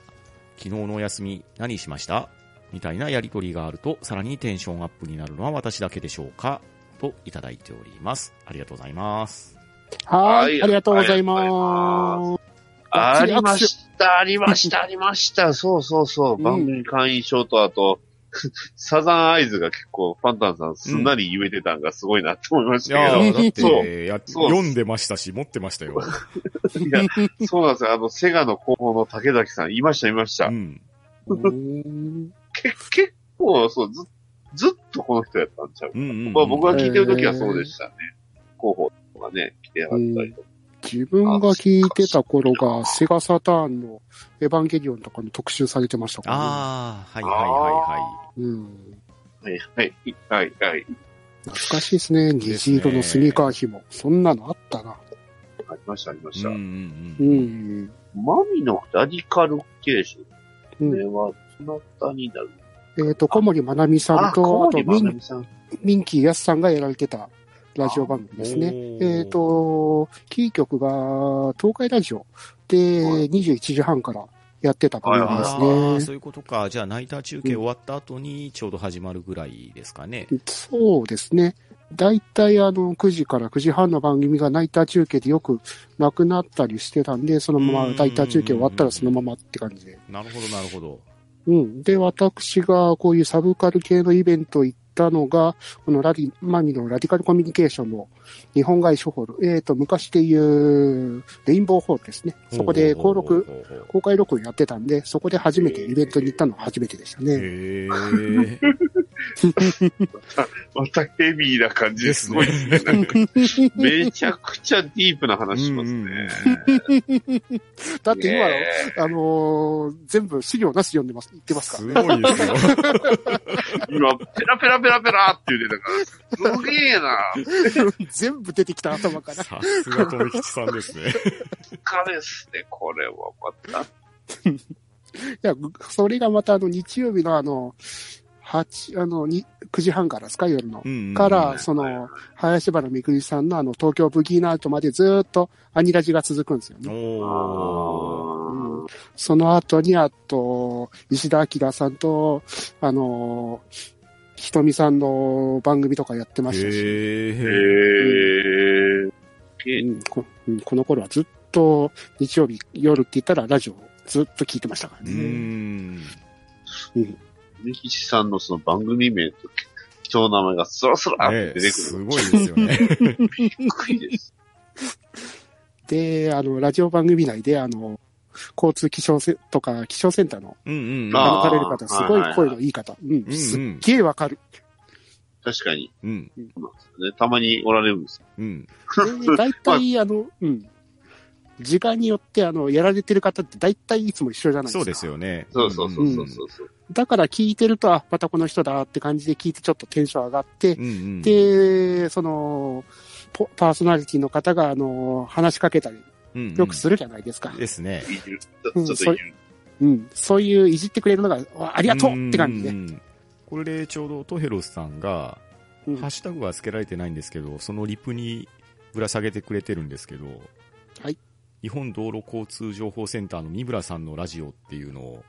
Speaker 1: 昨日のお休み何しましたみたいなやりとりがあるとさらにテンションアップになるのは私だけでしょうかといただいております。ありがとうございます。
Speaker 3: はー
Speaker 2: はい
Speaker 3: い。ありがとうござい
Speaker 2: ありがとう
Speaker 3: ま
Speaker 2: ご
Speaker 3: す。
Speaker 2: ありました、ありました、ありました。 そうそうそう。
Speaker 3: うん
Speaker 2: 番組会員証と、あと、 サザンアイズが結構、パンタンさんすんなり言えてたんがすごいなって思いましたけど。
Speaker 3: ーだって
Speaker 2: そう
Speaker 1: や
Speaker 2: そう読ん
Speaker 1: でましたし、持ってましたよ。
Speaker 2: いやそうなんですよ。あの、セガの広報の竹崎さん、いました、いました。
Speaker 1: ん。
Speaker 3: うーん
Speaker 2: け結構、そう、ず、ずっとこの人やったんちゃう、
Speaker 1: うんうんうん
Speaker 2: まあ僕が聞いてる時はそうでしたね。広報とかね、来てやがったりとか。
Speaker 3: 自分が聞いてた頃が、セガサターンのエヴァンゲリオンとかに特集されてましたから、ね。
Speaker 1: ああ、はいはいは
Speaker 3: うん。
Speaker 2: はい、はい、はい、はい。
Speaker 3: 懐かしいですね。虹色のスニーカー紐。そんなのあったな。
Speaker 2: ありました、ありま
Speaker 1: い
Speaker 2: し
Speaker 1: は
Speaker 2: た。
Speaker 1: い。うん
Speaker 3: う
Speaker 1: うんうん
Speaker 3: ん。
Speaker 2: マミのラディカルケーショ
Speaker 3: うん
Speaker 2: ン。これは、どなたになる
Speaker 3: えっ、と、小森まなみさんと、あ
Speaker 2: 小
Speaker 3: とミ
Speaker 2: 森まな
Speaker 3: ン、
Speaker 2: みさん。
Speaker 3: ミンキーやすさんがやられてたラジオ番組ですね。
Speaker 1: おー
Speaker 3: えっ、と、キー局が東海ラジオで
Speaker 2: はい
Speaker 3: 21時半からやってた番
Speaker 2: あ
Speaker 1: あ
Speaker 3: 組
Speaker 1: あ、
Speaker 3: です
Speaker 1: そう
Speaker 3: ね。
Speaker 1: いうことか。じゃあ、ナイター中継終わった後にちょうど始まるぐらいですかね。
Speaker 3: そうですね。だいたいあの9時から9時半の番組がナイター中継でよくなくなったりしてたんで、そのま
Speaker 1: うん
Speaker 3: まナイター中継終わったらそのままって感じで。
Speaker 1: なるほど、なるほど。
Speaker 3: うん。で、私がこういうサブカル系のイベント行ったのが、このラディ、マミのラディカルコミュニケーションの日本外書ホール、えっ、と、昔でいうレインボーホールですね。そこで
Speaker 1: ほうほう
Speaker 3: 登
Speaker 1: ほう
Speaker 3: 録、
Speaker 1: ほうほう。
Speaker 3: 公開録音やってたんで、そこで初めてイベントに行ったのは初めてでしたね。
Speaker 1: へえ。
Speaker 2: またヘビーな感じですごいですね。なんかめちゃくちゃディープな話します
Speaker 1: うんうん
Speaker 2: ね。
Speaker 3: だって今、
Speaker 2: ねえ
Speaker 3: あのー全部資料なしで読んでます、言ってますから。
Speaker 1: すごいですよ。
Speaker 2: 今、ペラペラペラペラって言ってたから、すげえな。
Speaker 3: 全部出てきた頭から。
Speaker 1: さすが富吉さんですね。
Speaker 2: かですね、これはまた。
Speaker 3: いや、それがまたあの日曜日のあの、八あの、に9時半からですか、夜の。
Speaker 1: うんうん
Speaker 3: から、その、林原めぐりさんのあの、東京ブギーナートまでずーっとアニラジが続くんですよね。
Speaker 1: おー。
Speaker 3: うんその後に、あと、石田明さんと、あのー、ひとみさんの番組とかやってましたし、
Speaker 2: へ
Speaker 1: へえ。
Speaker 2: え。
Speaker 3: うんこうんこの頃はずっと日曜日夜って言ったらラジオをずっと聞いてましたから
Speaker 1: う
Speaker 3: ね。
Speaker 1: ん。
Speaker 2: ミキシさんのその番組名と、人の名前がスラスラって
Speaker 1: ね
Speaker 2: 出てく
Speaker 1: す
Speaker 2: る。
Speaker 1: ごいですよ ね。
Speaker 2: びっくりです。
Speaker 3: で、あの、ラジオ番組内で、あの、交通気象セとか気象センターの
Speaker 1: うんうん。
Speaker 3: 歩
Speaker 2: あー
Speaker 3: かれる方、すごい声のいい方。うん、すっげえわかる。
Speaker 2: 確かに、
Speaker 1: うん。
Speaker 2: ね。たまにおられるんですよ。
Speaker 1: うん。
Speaker 3: で大体、あの、うん。時間によって、あの、やられてる方って大体いつも一緒じゃないですか。
Speaker 1: そうですよね。
Speaker 2: そうそうそうそ
Speaker 3: ん
Speaker 2: うそうそう。
Speaker 3: だから聞いてると、あ、またこの人だって感じで聞いてちょっとテンション上がって、
Speaker 1: うんうん。
Speaker 3: で、その、ポパーソナリティの方が、あの、話しかけたり、
Speaker 1: うんうん、
Speaker 3: よくするじゃないですか。
Speaker 1: ですね。
Speaker 2: いじる。ちょっといじる。
Speaker 3: うん。そういういじってくれるのが、わありがとうって感じで。
Speaker 1: ね。これでちょうどトヘロスさんが、
Speaker 3: うん
Speaker 1: ハッシュタグはつけられてないんですけど、そのリプにぶら下げてくれてるんですけど、
Speaker 3: はい
Speaker 1: 日本道路交通情報センターの三村さんのラジオっていうのを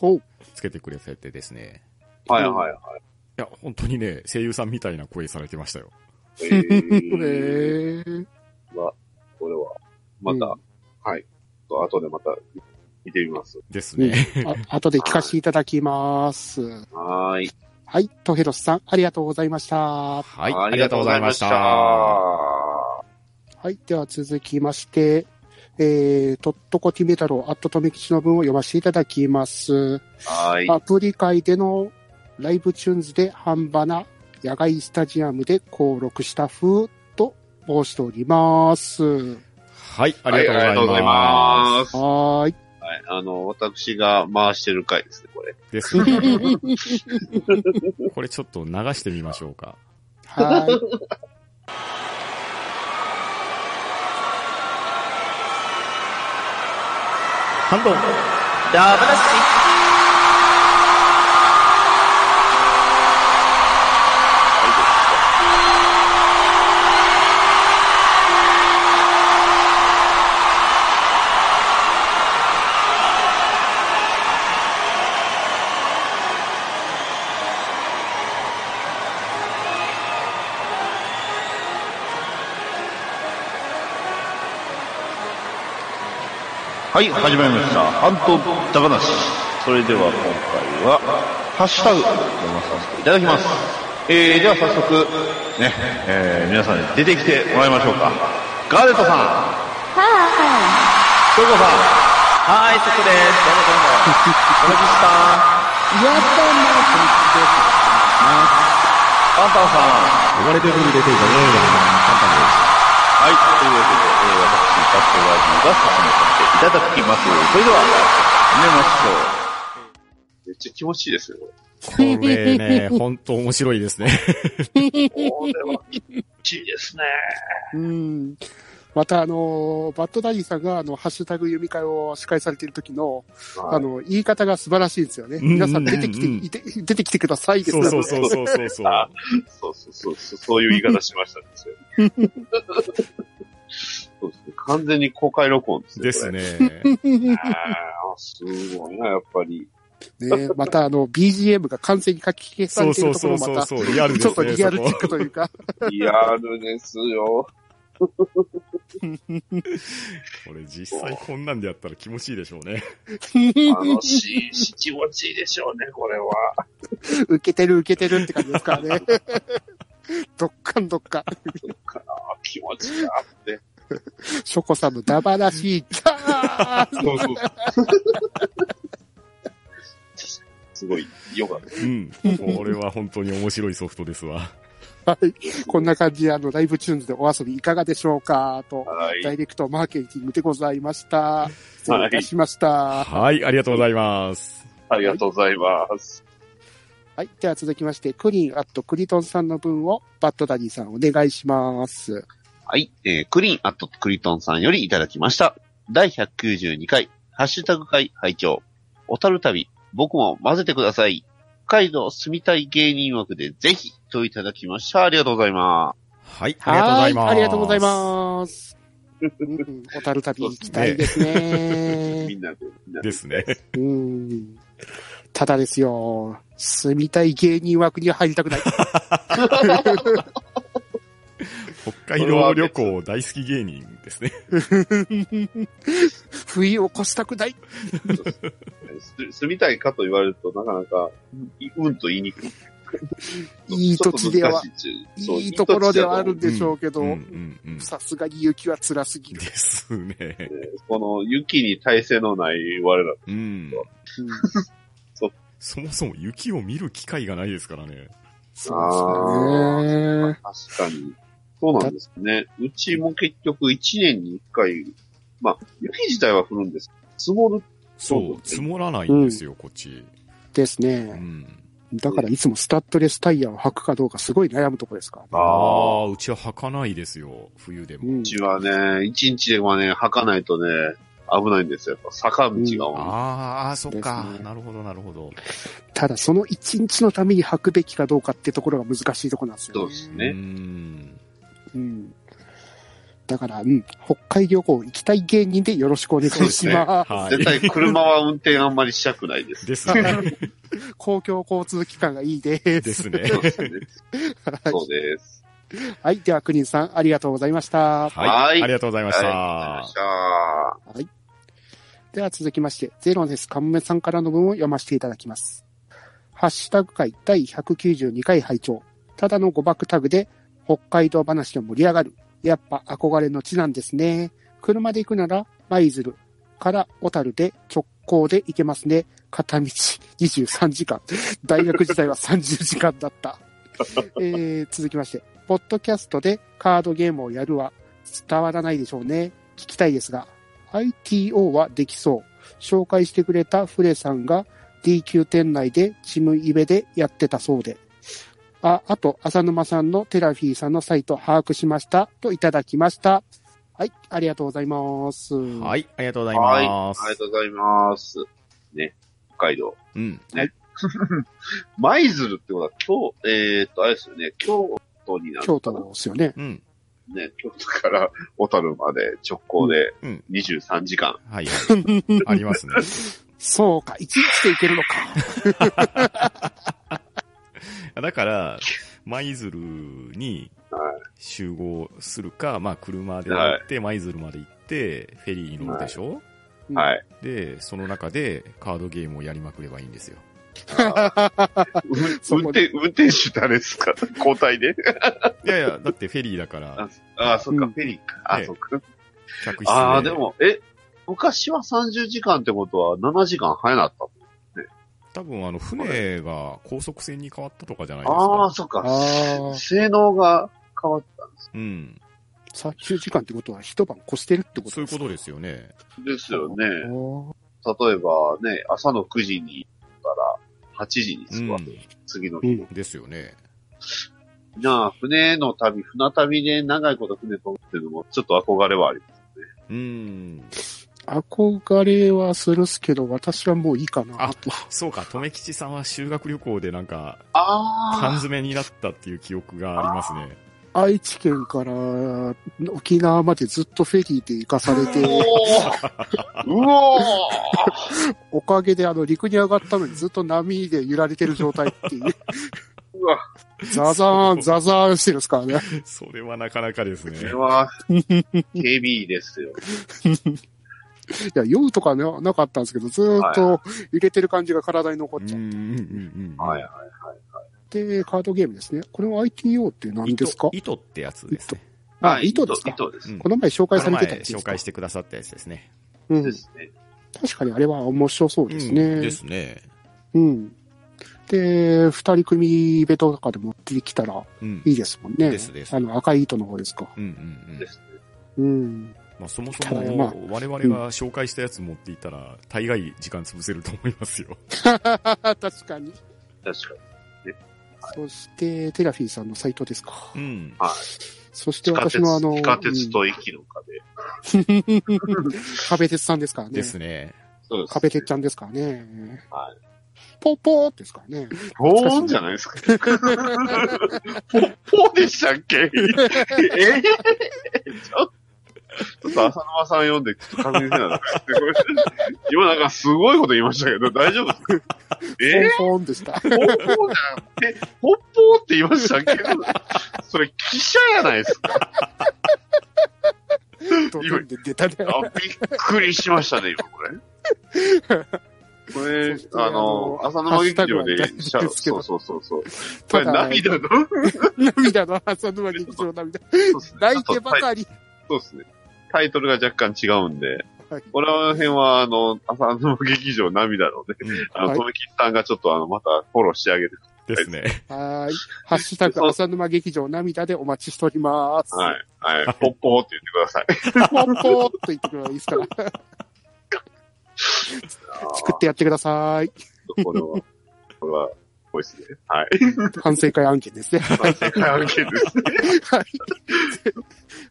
Speaker 3: おう
Speaker 1: つけてくれててですね。
Speaker 2: はいはいはい
Speaker 1: や、本当にね、声優さんみたいな声されてましたよ。
Speaker 2: い。えー
Speaker 3: へー
Speaker 2: これは、また、はい。あとでまた見てみます。
Speaker 1: です
Speaker 3: う
Speaker 1: ね。
Speaker 3: ん、あ後で聞かせていただきます。
Speaker 2: はーい。
Speaker 3: はい、トヘロスさん、ありがとうございました。
Speaker 1: はい、
Speaker 2: ありがとうございました。
Speaker 1: ありがとうございました
Speaker 3: はい。では続きまして、えー、とっとこきめ太郎、あっととめきちの文を読ませていただきます。
Speaker 2: はい。
Speaker 3: アプリ界でのライブチューンズで半ばな野外スタジアムで登録した風と申しております。
Speaker 1: はい、ありがとうございま
Speaker 2: はいありがとうございます。は
Speaker 3: はーい。
Speaker 2: い、あの、私が回してる回ですね、これ。
Speaker 1: す。ですね。これちょっと流してみましょうか。
Speaker 3: は ーい。
Speaker 1: ハンド
Speaker 4: ダブらし
Speaker 2: はい、始まりました。半島ダ話。それでは今回は、ハッシュタグ、読まさせていただきます。えー、では早速、ね、えー、皆さんに出てきてもらいましょうか。ガーレットさん、
Speaker 5: は
Speaker 2: トイコさん、
Speaker 4: はい、そこです。どうもどうも。お待ちした。
Speaker 2: パンタンさ
Speaker 1: 呼ばれ
Speaker 2: ん、
Speaker 1: てるんでてるか
Speaker 2: はい、というわけで、えー、私、バットガーディが進めさせていただきます。それでは、始めましょう。めっちゃ気持ちいい ですね、こ
Speaker 1: ね。これね、ほんと面白いですね。
Speaker 2: れ。これは気持ちいいですね。
Speaker 3: うん。また、あのー、バッドダディさんが、あの、ハッシュタグ読み会を司会されている時の、
Speaker 2: はい
Speaker 3: あの、言い方が素晴らしいですよね。
Speaker 1: うんうんうんう
Speaker 3: 皆
Speaker 1: ん
Speaker 3: さん出てきて、いて出てきてくださいです
Speaker 1: そ
Speaker 3: ね
Speaker 1: うそうそうそうそうそう。
Speaker 2: あそうそうそうそう、そういう言い方しましたね。 そうですね。完全に公開録音ですね。
Speaker 1: です
Speaker 2: ね。
Speaker 1: ね。
Speaker 2: あーすごいな、やっぱり。
Speaker 3: ね、またあの、BGM が完全に書き
Speaker 1: そ
Speaker 3: 消され
Speaker 1: う
Speaker 3: てい
Speaker 1: そ
Speaker 3: る
Speaker 1: う
Speaker 3: と
Speaker 1: そうそ
Speaker 3: ころ
Speaker 1: う
Speaker 3: ま
Speaker 1: そう、リア
Speaker 3: た、
Speaker 1: ルで
Speaker 3: ちょっ
Speaker 1: す
Speaker 3: と
Speaker 1: ね、
Speaker 3: リアル
Speaker 1: そ
Speaker 3: チ
Speaker 1: こ
Speaker 3: ッ。クというか、
Speaker 2: リアルですよ。
Speaker 1: これ実際こんなんでやったら気持ちいいでしょうね。
Speaker 2: 楽しいし、気持ちいいでしょうね、これは。
Speaker 3: 受けてる受けてるって感じですからね。 どっかんどっかん。
Speaker 2: あ気持ちいいなって。
Speaker 3: ショコさんのダバらしい、 ダー
Speaker 2: そうそうそう。すごい、よかった。
Speaker 1: うん。これは本当に面白いソフトですわ。
Speaker 3: ンこんな感じであの、ライブチューンズでお遊びいかがでしょうかと、
Speaker 2: はい。
Speaker 3: ダイレクトマーケティングでございました。失礼いたしました。は
Speaker 1: はい、ありがとうございます。
Speaker 2: ありがとうございます。
Speaker 3: い。では続きまして、クリーンアットクリトンさんの分を、バッドダディさんお願いします。
Speaker 2: はい、えー、クリーンアットクリトンさんよりいただきました。第192回、ハッシュタグ会拝聴小樽旅、僕も混ぜてください。北海道住みたい芸人枠でぜひといただきました。ありがとうございま
Speaker 1: はい、ありがとうございます。
Speaker 3: はありがとうござい ます。うんうん小樽旅行きたいです
Speaker 2: す。
Speaker 3: ね。
Speaker 2: みんなで、みんなで。
Speaker 1: ですね。
Speaker 3: うん。ただですよ、住みたい芸人枠には入りた くない。
Speaker 1: 北海道旅行大好き芸人ですね。
Speaker 3: 不意を起こしたくない。
Speaker 2: す住みたいかと言われると、なかなか、いうんと言いにくい。
Speaker 3: いい土地では
Speaker 2: ちょっと難しいっていうそう
Speaker 3: いいところではあるん
Speaker 2: いい土地だと思う
Speaker 3: でしょうけ
Speaker 1: うん、う
Speaker 3: ど、
Speaker 1: ん、うん。
Speaker 3: さすがに雪は辛すぎ
Speaker 1: で
Speaker 3: る。
Speaker 1: すね。
Speaker 2: この雪に耐性のない我ら
Speaker 1: うん。
Speaker 3: うん
Speaker 1: そもそも雪を見る機会がないですからね。
Speaker 3: そうですね。
Speaker 2: 確かに。そうなんですね。うちも結局1年に1回、まあ、雪自体は降るんです。積もる。
Speaker 1: そう、積もらないんですよ、こっち。
Speaker 3: です
Speaker 1: う
Speaker 3: ね。
Speaker 1: ん。
Speaker 3: だからいつもスタッドレスタイヤを履くかどうかすごい悩むとこですからね。
Speaker 1: ああー、うちは履かないですよ、冬で
Speaker 3: う
Speaker 1: も。
Speaker 3: ん
Speaker 2: うちはね、1日ではね、履かないとね、危ないんですよ。やっぱ坂道が多い。
Speaker 1: あーあー、そっか
Speaker 3: で。すね
Speaker 1: なるほど、なるほど。
Speaker 3: ただその一日のために履くべきかどうかってところが難しいところなんですよね。
Speaker 2: そうです
Speaker 1: う
Speaker 2: ね。
Speaker 1: ん。
Speaker 3: うん。だから、うん、北海旅行行きたい芸人でよろしくお願いします。
Speaker 2: そうですね
Speaker 1: は
Speaker 2: 絶
Speaker 1: い。
Speaker 2: 対車は運転あんまりしたくない です。
Speaker 1: ですね。
Speaker 3: 公共交通機関がいいです。
Speaker 1: です ね。
Speaker 2: そうですね。そうです。
Speaker 3: はい。では、クリンさん、ありがとうございました。
Speaker 1: は。
Speaker 2: はいい
Speaker 1: ありがとうございまし
Speaker 2: あり
Speaker 1: た
Speaker 2: がとうございまし。た。
Speaker 3: では続きまして、ゼロネスカモメさんからの文を読ませていただきます。ハッシュタグ会第192回拝聴ただの誤爆タグで北海道話で盛り上がる。やっぱ憧れの地なんですね。車で行くなら舞鶴から小樽で直行で行けますね。片道23時間。大学時代は30時間だった。えー続きまして、ポッドキャストでカードゲームをやるは伝わらないでしょうね。聞きたいですが、ITO はできそう。紹介してくれたフレさんが DQ 店内でチムイベでやってたそうで。あ、あと、浅沼さんのテラフィーさんのサイト把握しましたといただきました。はい、ありがとうございます。。
Speaker 1: はいい、ありがとうござい
Speaker 2: はい。あ
Speaker 1: ます。
Speaker 2: りがとうございます。ね、北海道。
Speaker 1: うん。
Speaker 2: 舞鶴ってことは、今日、えーっと、あれですよね、京都になる。
Speaker 3: 京都ですよね。
Speaker 1: うん。
Speaker 2: ね、京都から小樽まで直行で
Speaker 1: うんうん
Speaker 2: 23時間。
Speaker 1: はい。ありますね。
Speaker 3: そうか、一日でいけるのか。
Speaker 1: だ から、舞鶴に集合するか、まあ、車で行って、舞鶴まで行って、フェリーに乗るでしょ、
Speaker 3: うん
Speaker 2: はい。
Speaker 1: で、その中でカードゲームをやりまくればいいんですよ。
Speaker 2: うん
Speaker 3: そ
Speaker 2: 運
Speaker 3: こ
Speaker 2: 転
Speaker 3: で、
Speaker 2: 運転手誰ですか 交代で
Speaker 1: いやい や、だってフェリーだから、
Speaker 2: ああ、そっか、
Speaker 3: うん
Speaker 2: フェリーか。あ
Speaker 1: ね
Speaker 2: そっか。
Speaker 1: 客室で。
Speaker 2: ああ、で。も、え、昔は30時間ってことは7時間早なった。
Speaker 1: 多分、あの、船が高速船に変わったとかじゃないですか。
Speaker 2: ああ、そっ
Speaker 3: あ
Speaker 2: か。
Speaker 3: あー、
Speaker 2: 性能が変わったん
Speaker 1: うん。
Speaker 3: 30時間ってことは一晩越してるってこと
Speaker 1: そういうことですすよね。
Speaker 2: ですよね。
Speaker 3: か。お
Speaker 2: 例えばね、朝の9時にから8時に
Speaker 1: う
Speaker 2: 着くわけ、
Speaker 1: ん。
Speaker 2: 次の
Speaker 3: ーう
Speaker 2: 日。
Speaker 3: ん。
Speaker 1: ですよね。
Speaker 2: なあ、船の旅、船旅で長いこと船飛ぶっていうのも、ちょっと憧れはあります。
Speaker 1: うん。
Speaker 3: 憧れはするっすけど、私はもういいかな
Speaker 1: あ
Speaker 3: と。
Speaker 1: そうか、留吉さんは修学旅行でなんか、缶
Speaker 2: ああ、
Speaker 1: 詰になったっていう記憶がありますね。
Speaker 3: 愛知県から沖縄までずっとフェリーで行かさ れ
Speaker 2: う
Speaker 3: て、
Speaker 2: おーうおー
Speaker 3: おかげであの陸に上がったのにずっと波で揺られてる状 態っていう。
Speaker 2: うわ、
Speaker 3: ザザーン、ザザーンしてるんですからね。
Speaker 1: それはなかなかですね
Speaker 2: こ。れは、警備員ですよ。
Speaker 3: いや、酔うとかね、なかったんですけど、ずーっと揺れてる感じが体に残っ
Speaker 1: うん、
Speaker 3: ち
Speaker 1: う
Speaker 3: ゃっ
Speaker 1: ん、うん。
Speaker 2: はいはい。
Speaker 3: て、カードゲームですね。これも ITO って何ですか
Speaker 1: 糸糸ってやつですね。
Speaker 3: あ、糸ですか
Speaker 2: 糸です。
Speaker 1: うん
Speaker 3: この前紹
Speaker 1: こ
Speaker 3: 介されてた
Speaker 1: の
Speaker 3: やつ
Speaker 1: 前紹介してくださったやつですね。
Speaker 3: う
Speaker 2: で
Speaker 3: ん。
Speaker 2: すね。
Speaker 3: 確かにあれは面白そうですね。
Speaker 1: うんですね。
Speaker 3: うん。で、二人組ベトとかで持ってきたら
Speaker 1: うん。
Speaker 3: いいですもんね。
Speaker 1: ですです
Speaker 3: あの、赤い糸の方ですか。
Speaker 1: うんうんうん
Speaker 2: で。すね。
Speaker 3: うん。
Speaker 1: まあ、そもそ
Speaker 3: ただま
Speaker 1: も
Speaker 3: あ、
Speaker 1: 我々が紹介したやつ持っていたら、大概時間潰せると思いますよ。
Speaker 3: 確かに。
Speaker 2: 確か
Speaker 3: そして、テラフィーさんのサイトですか。
Speaker 1: うん。
Speaker 3: そして
Speaker 2: に。地下
Speaker 3: 私
Speaker 2: 鉄、
Speaker 3: のあの、
Speaker 2: 地下鉄
Speaker 3: うん
Speaker 2: と駅の壁。
Speaker 3: 壁鉄さんですからね。
Speaker 1: ですね。
Speaker 2: そうです。
Speaker 3: 壁鉄ちゃんですからね。
Speaker 2: は
Speaker 3: ポーポーですからね。
Speaker 2: ポーンじゃないですか。 ポッポーでしたっけえちょっと、ちょっと浅沼さん読んで、ちょっと確認せなあかんですねこれ 今なんかすごいこと言いましたけど、大丈夫ですかえ
Speaker 3: ポンポンでした。
Speaker 2: ポッポーじゃな くて、ポッポーって言いましたっけそれ、記者やないですか。
Speaker 3: ドドンで出たね。
Speaker 2: あびっくりしましたね、今これ。これ
Speaker 3: そし、て
Speaker 2: あの、
Speaker 3: あの
Speaker 2: 浅沼劇場で
Speaker 3: ハッシュタグは出、
Speaker 2: シャ
Speaker 3: たんですけ
Speaker 2: そう
Speaker 3: ど
Speaker 2: そうそうそう。こ
Speaker 3: た
Speaker 2: れ
Speaker 3: だ、
Speaker 2: 涙の、
Speaker 3: 涙の浅沼劇場の涙。
Speaker 2: そうっすね
Speaker 3: 泣いてばかり。
Speaker 2: そうですね。タイトルが若干違うんで、
Speaker 3: はい
Speaker 2: この辺は、あの、浅沼劇場涙のね、
Speaker 1: うん
Speaker 2: あの、
Speaker 3: はい
Speaker 2: とめきさんがちょっとあの、またフォローしてあげて、
Speaker 1: ですね。
Speaker 3: はーい。ハッシュタグ、浅沼劇場涙でお待ちしております。
Speaker 2: はい、はい、ポッポーって言ってください。
Speaker 3: ポンポーっと言ってくればいいですから。 作ってやってください。
Speaker 2: これは、これは、多いですね。はい。
Speaker 3: 反省会案件ですね。
Speaker 2: まあ正解案件ですね。
Speaker 3: はい。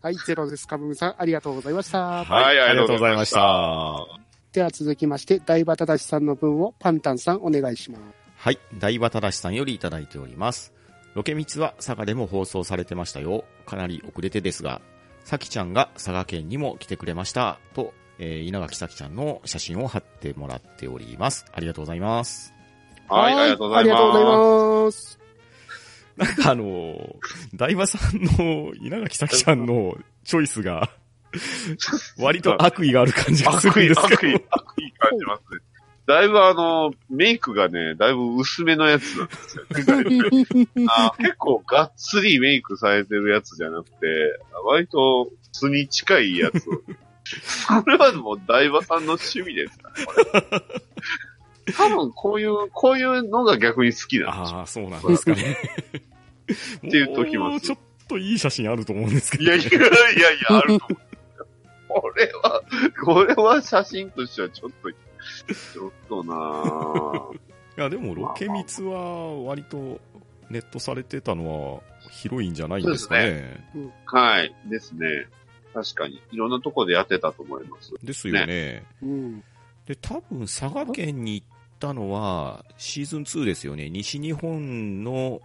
Speaker 3: はい、ゼロです。カムムさん、ありがとうございました。
Speaker 2: はい
Speaker 1: あり
Speaker 2: あ
Speaker 1: がと
Speaker 2: りがと
Speaker 1: う
Speaker 2: う
Speaker 1: ござ
Speaker 2: ご
Speaker 1: い
Speaker 2: ざい
Speaker 1: ま
Speaker 2: ま
Speaker 1: し。
Speaker 2: した
Speaker 3: では続きまして、大場正さんの分をパンタンさんお願いします。
Speaker 1: はい。大場正さんよりいただいております。ロケミツは佐賀でも放送されてましたよ。かなり遅れてですが、さきちゃんが佐賀県にも来てくれました。と、えー稲垣さきちゃんの写真を貼ってもらっております。ありがとうございます。
Speaker 2: はい、ありがとうござ
Speaker 3: あ
Speaker 2: います。
Speaker 3: りがとうございます。
Speaker 1: なん かあのー大場さんの稲垣さきちゃんのチョイスが、割と悪意がある感じがするん
Speaker 2: 悪意、
Speaker 1: ですけど。
Speaker 2: 悪意、悪意感じますね。だいぶあの、メイクがね、だいぶ薄めのやつなんですよ。 あ結構がっつりメイクされてるやつじゃなくて、割と素に近いやつを。これはもう大場さんの趣味ですか 多分こういう、こういうのが逆に好きなんですよ
Speaker 1: ああ、そうなんですか ね。って
Speaker 2: いう時もある
Speaker 1: ちょっといい写真あると思うんですけど。
Speaker 2: いやいやいやい や、あると思う。これは、これは写真としてはちょっと、ちょっとなぁ。
Speaker 1: いやでもロケミツは割とネットされてたのは広いんじゃないんですかね。
Speaker 2: そ
Speaker 1: です
Speaker 2: はい、ですね。確かに。いろんなとこでやってたと思います。
Speaker 1: よね。
Speaker 3: うん。
Speaker 1: で、多分佐賀県に行ったのはシーズン2ですよね。西日本の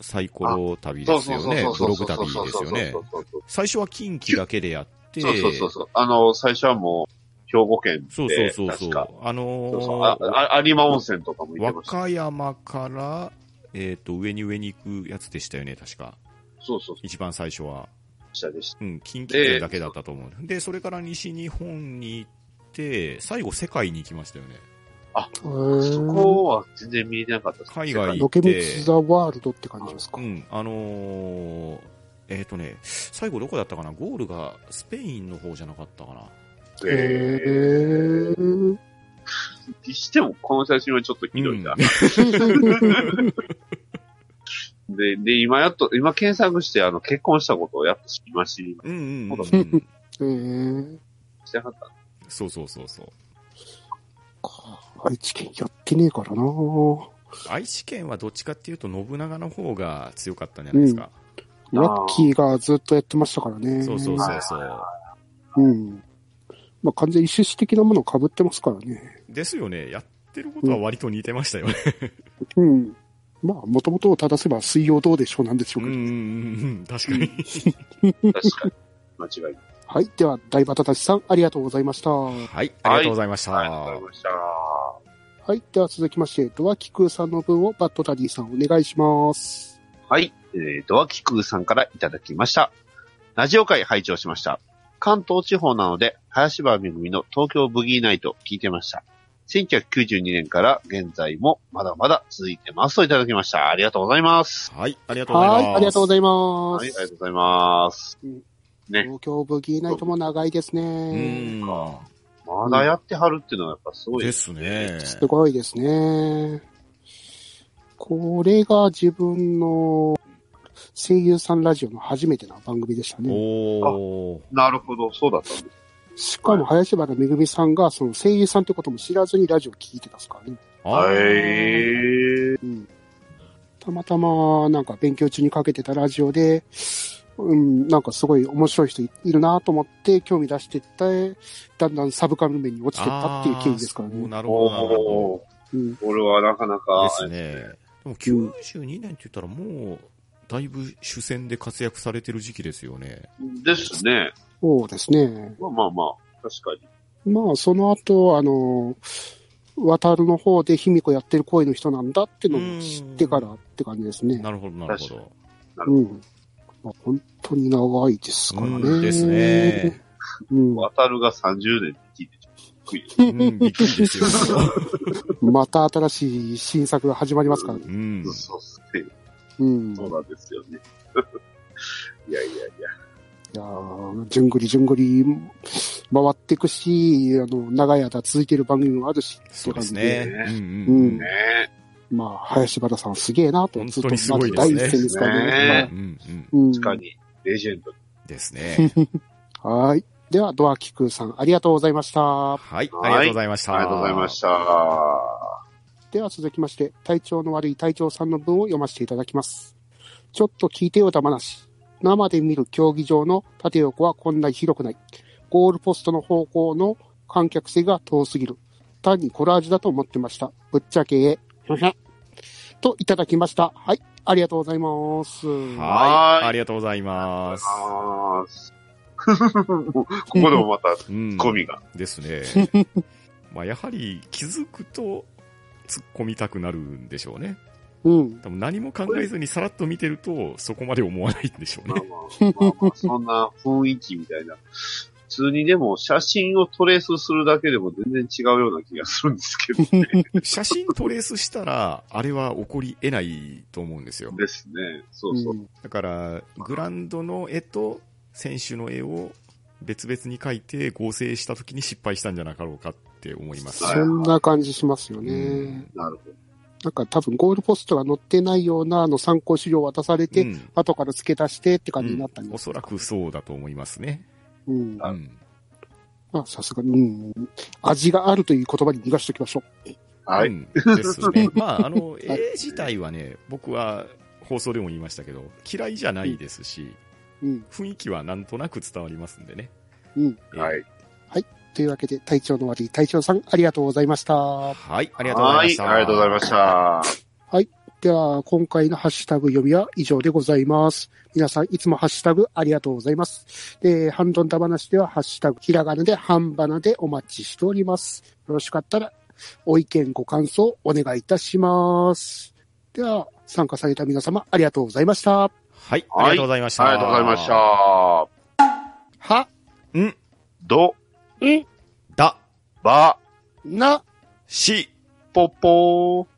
Speaker 1: サイコロ旅ですよね。ブログ旅ですよね
Speaker 2: そ。うそうそう
Speaker 1: 最初は近畿だけでやって、
Speaker 2: そうそうそうそう。あの、最初はもう、兵庫県
Speaker 1: そう
Speaker 2: で、
Speaker 1: そうそうそう
Speaker 2: 確か。
Speaker 1: あのー
Speaker 2: そうそうああ有馬温泉とかも行って
Speaker 1: 和
Speaker 2: ました。
Speaker 1: 歌山から、えっ、と、上に上に行くやつでしたよね、確か。
Speaker 2: そうそう、
Speaker 1: 一番最初は。
Speaker 2: 下でした。
Speaker 1: うん、近畿圏だけだったと思う。で、それから西日本に行って、最後世界に行きましたよね。
Speaker 3: そ
Speaker 2: そこは全然見えてなかったです。
Speaker 1: 海外
Speaker 3: ロケミツ・ザ・ワールドって感じですか。
Speaker 1: うん、あのー、えっ、とね、最後どこだったかなゴールがスペインの方じゃなかったかな
Speaker 3: へ
Speaker 2: えー
Speaker 3: ー。
Speaker 2: にしても、この写真はちょっとひどいな。 で、で、今やっと、今検索して、あの、結婚したことをやっと今知りま
Speaker 1: うんうんうん、
Speaker 2: そう
Speaker 1: うん。
Speaker 3: えー。
Speaker 2: してはった。
Speaker 1: そうそうそうそう。
Speaker 3: 愛知県やってねえからな
Speaker 1: 愛知県はどっちかっていうと信長の方が強かったんじゃないですか。
Speaker 3: ラッキーがずっとやってましたからね。
Speaker 1: そうそうそうそう。
Speaker 3: うん。まあ、完全に種子的なものを被ってますからね。
Speaker 1: ですよね。やってることは割と似てましたよね。
Speaker 3: うん。まあ、もともとを正せば水曜どうでしょうなんでしょ
Speaker 1: う
Speaker 3: うん
Speaker 1: う
Speaker 3: けど。
Speaker 1: んうんうん、確かに。
Speaker 2: 確かに。間違いない。
Speaker 3: はい。では、大バタたちさん、ありがとうございました。は
Speaker 1: はい、ありがとうございました。
Speaker 2: ありがとうございました。
Speaker 3: い。では、続きまして、ドアキクーさんの分をバッドダディさんお願いします。
Speaker 2: はい。えー、ドアキクーさんからいただきました。ラジオ会拝聴しました。関東地方なので、林原めぐみの東京ブギーナイト聞いてました。1992年から現在もまだまだ続いてますといただきました。ありがとうございます。
Speaker 1: はい、ありがとうございま
Speaker 3: は
Speaker 1: す。
Speaker 3: い。ありがとうございま
Speaker 2: はい、あり
Speaker 3: す。
Speaker 2: がとうございます。ね
Speaker 3: 東京ブギーナイトも長いですね。
Speaker 2: まだやってはるっていうのはやっぱす
Speaker 1: う
Speaker 2: ご
Speaker 1: ん。
Speaker 2: い
Speaker 1: で
Speaker 2: です。
Speaker 1: すね。
Speaker 3: すごいですね。これが自分の声優さんラジオの初めての番組でしたね。
Speaker 1: おー。
Speaker 2: なるほど、そうだったんです。
Speaker 3: しかも林原めぐみさんがその声優さんってことも知らずにラジオ聞いてたんですからね。
Speaker 1: あー
Speaker 2: い。
Speaker 3: うん。たまたまなんか勉強中にかけてたラジオで、うん、なんかすごい面白い人いるなと思って興味出してって、だんだんサブカル面に落ちてったっていう経緯ですから
Speaker 1: あー
Speaker 3: ね。
Speaker 1: なるほど、なる
Speaker 2: お
Speaker 1: ほ
Speaker 2: ー、
Speaker 3: うん。
Speaker 2: これはなかな
Speaker 1: ど。で
Speaker 2: か、
Speaker 1: すね。でも92年って言ったらもう、だいぶ主戦で活躍されてる時期ですよね。
Speaker 2: ですね。
Speaker 3: そうですね。
Speaker 2: まあまあまあ、確かに。
Speaker 3: まあ、その後、あの、渡るの方で卑弥呼やってる声の人なんだってのを知ってからって感じですね。
Speaker 1: なるほど、なるほど。
Speaker 3: うん。まあ、本当に長いですから
Speaker 1: う
Speaker 3: ね。
Speaker 1: んですね。
Speaker 3: うん。
Speaker 2: 渡るが30年って聞いてちょっとびっくり。
Speaker 1: うん、びっくりです よ。
Speaker 3: また新しい新作が始まりますからね。
Speaker 1: うん。
Speaker 2: そうっすね。
Speaker 3: うん。い
Speaker 2: そうなんですよね。 いやいやいや。
Speaker 3: やーじゅんぐりじゅんぐり回っていくし、あの、長い間続いてる番組もあるし、
Speaker 1: そうですね。うん
Speaker 3: う
Speaker 1: うん
Speaker 3: ん。
Speaker 2: ね
Speaker 3: まあ、林原さんすげえなと、
Speaker 1: 本
Speaker 3: ずっ
Speaker 1: 当
Speaker 3: と
Speaker 1: にすごいです
Speaker 3: 第
Speaker 1: ね
Speaker 3: 一線ですから
Speaker 2: ね
Speaker 3: ね。
Speaker 2: え
Speaker 3: は
Speaker 1: う
Speaker 3: い
Speaker 1: んうん。
Speaker 3: うん
Speaker 2: 確かに、レジェンド。
Speaker 1: ですね。
Speaker 3: はい。では、ドアキクーさん、ありがとうございました。
Speaker 1: はい、ありがとうございました。
Speaker 2: ありがとうございました。
Speaker 3: では続きまして、体調の悪い隊長さんの文を読ませていただきます。ちょっと聞いてよだ話。生で見る競技場の縦横はこんなに広くない。ゴールポストの方向の観客席が遠すぎる。単にコラージュだと思ってました。ぶっちゃけえ。ふふん といただきました。はい。ありがとうございます。
Speaker 1: は、
Speaker 2: はいい
Speaker 1: ありがとうございます。
Speaker 2: あー ここでもまたツ
Speaker 1: うん
Speaker 2: ッコミが。
Speaker 1: ですね。まあ、やはり気づくと突っ込みたくなるんでしょうね。
Speaker 3: うん。
Speaker 1: 多分何も考えずにさらっと見てると、そこまで思わないんでしょう
Speaker 2: ま
Speaker 1: ね
Speaker 2: あ。まあ、まあまあ、そんな雰囲気みたいな。普通にでも写真をトレースするだけでも全然違うような気がするんですけどね。
Speaker 1: 写真トレースしたら、あれは起こり得ないと思うんですよ。
Speaker 2: ですね。そうそう。
Speaker 3: ん
Speaker 1: だから、グラウンドの絵と選手の絵を別々に書いて合成した時に失敗したんじゃなかろうかって思います。
Speaker 2: はい
Speaker 3: そんな感じしますよね。
Speaker 1: うん
Speaker 2: なるほど。
Speaker 3: なんか多分ゴールポストが載ってないようなあの参考資料を渡されて、
Speaker 1: うん
Speaker 3: 後から付け足してって感じになったん
Speaker 1: うん
Speaker 3: で
Speaker 1: お
Speaker 3: す。
Speaker 1: そらくそうだと思いますね。
Speaker 3: うん。
Speaker 2: あ
Speaker 1: うん
Speaker 3: まあさすがに、うん。味があるという言葉に逃がしときましょ
Speaker 2: は
Speaker 1: う
Speaker 2: い。
Speaker 1: んですね。 まあ、あの、絵自体はね、僕は放送でも言いましたけど、嫌いじゃないですし、
Speaker 3: う。うん。
Speaker 1: 雰囲気はなんとなく伝わりますんでね。
Speaker 3: うん。
Speaker 2: はい。
Speaker 3: というわけで、隊長の悪い隊長さん、ありがとうございました。
Speaker 1: はい、あ
Speaker 2: あ
Speaker 1: りがとうございました。
Speaker 2: はい、ありがとうございました。
Speaker 3: では、今回のハッシュタグ読みは以上でございます。皆さん、いつもハッシュタグありがとうございます。で、ハンドンダ話では、ハッシュタグひらがなで、ハンバナでお待ちしております。よろしかったら、お意見、ご感想、お願いいたします。では、参加された皆様、ありがとうございました。
Speaker 1: はい、ありがとうございました。
Speaker 2: ありがとうございまし。た。
Speaker 3: は、
Speaker 2: ど、
Speaker 3: ん、
Speaker 1: だ、
Speaker 2: ば、
Speaker 3: な、
Speaker 1: し、
Speaker 2: ぽぽー。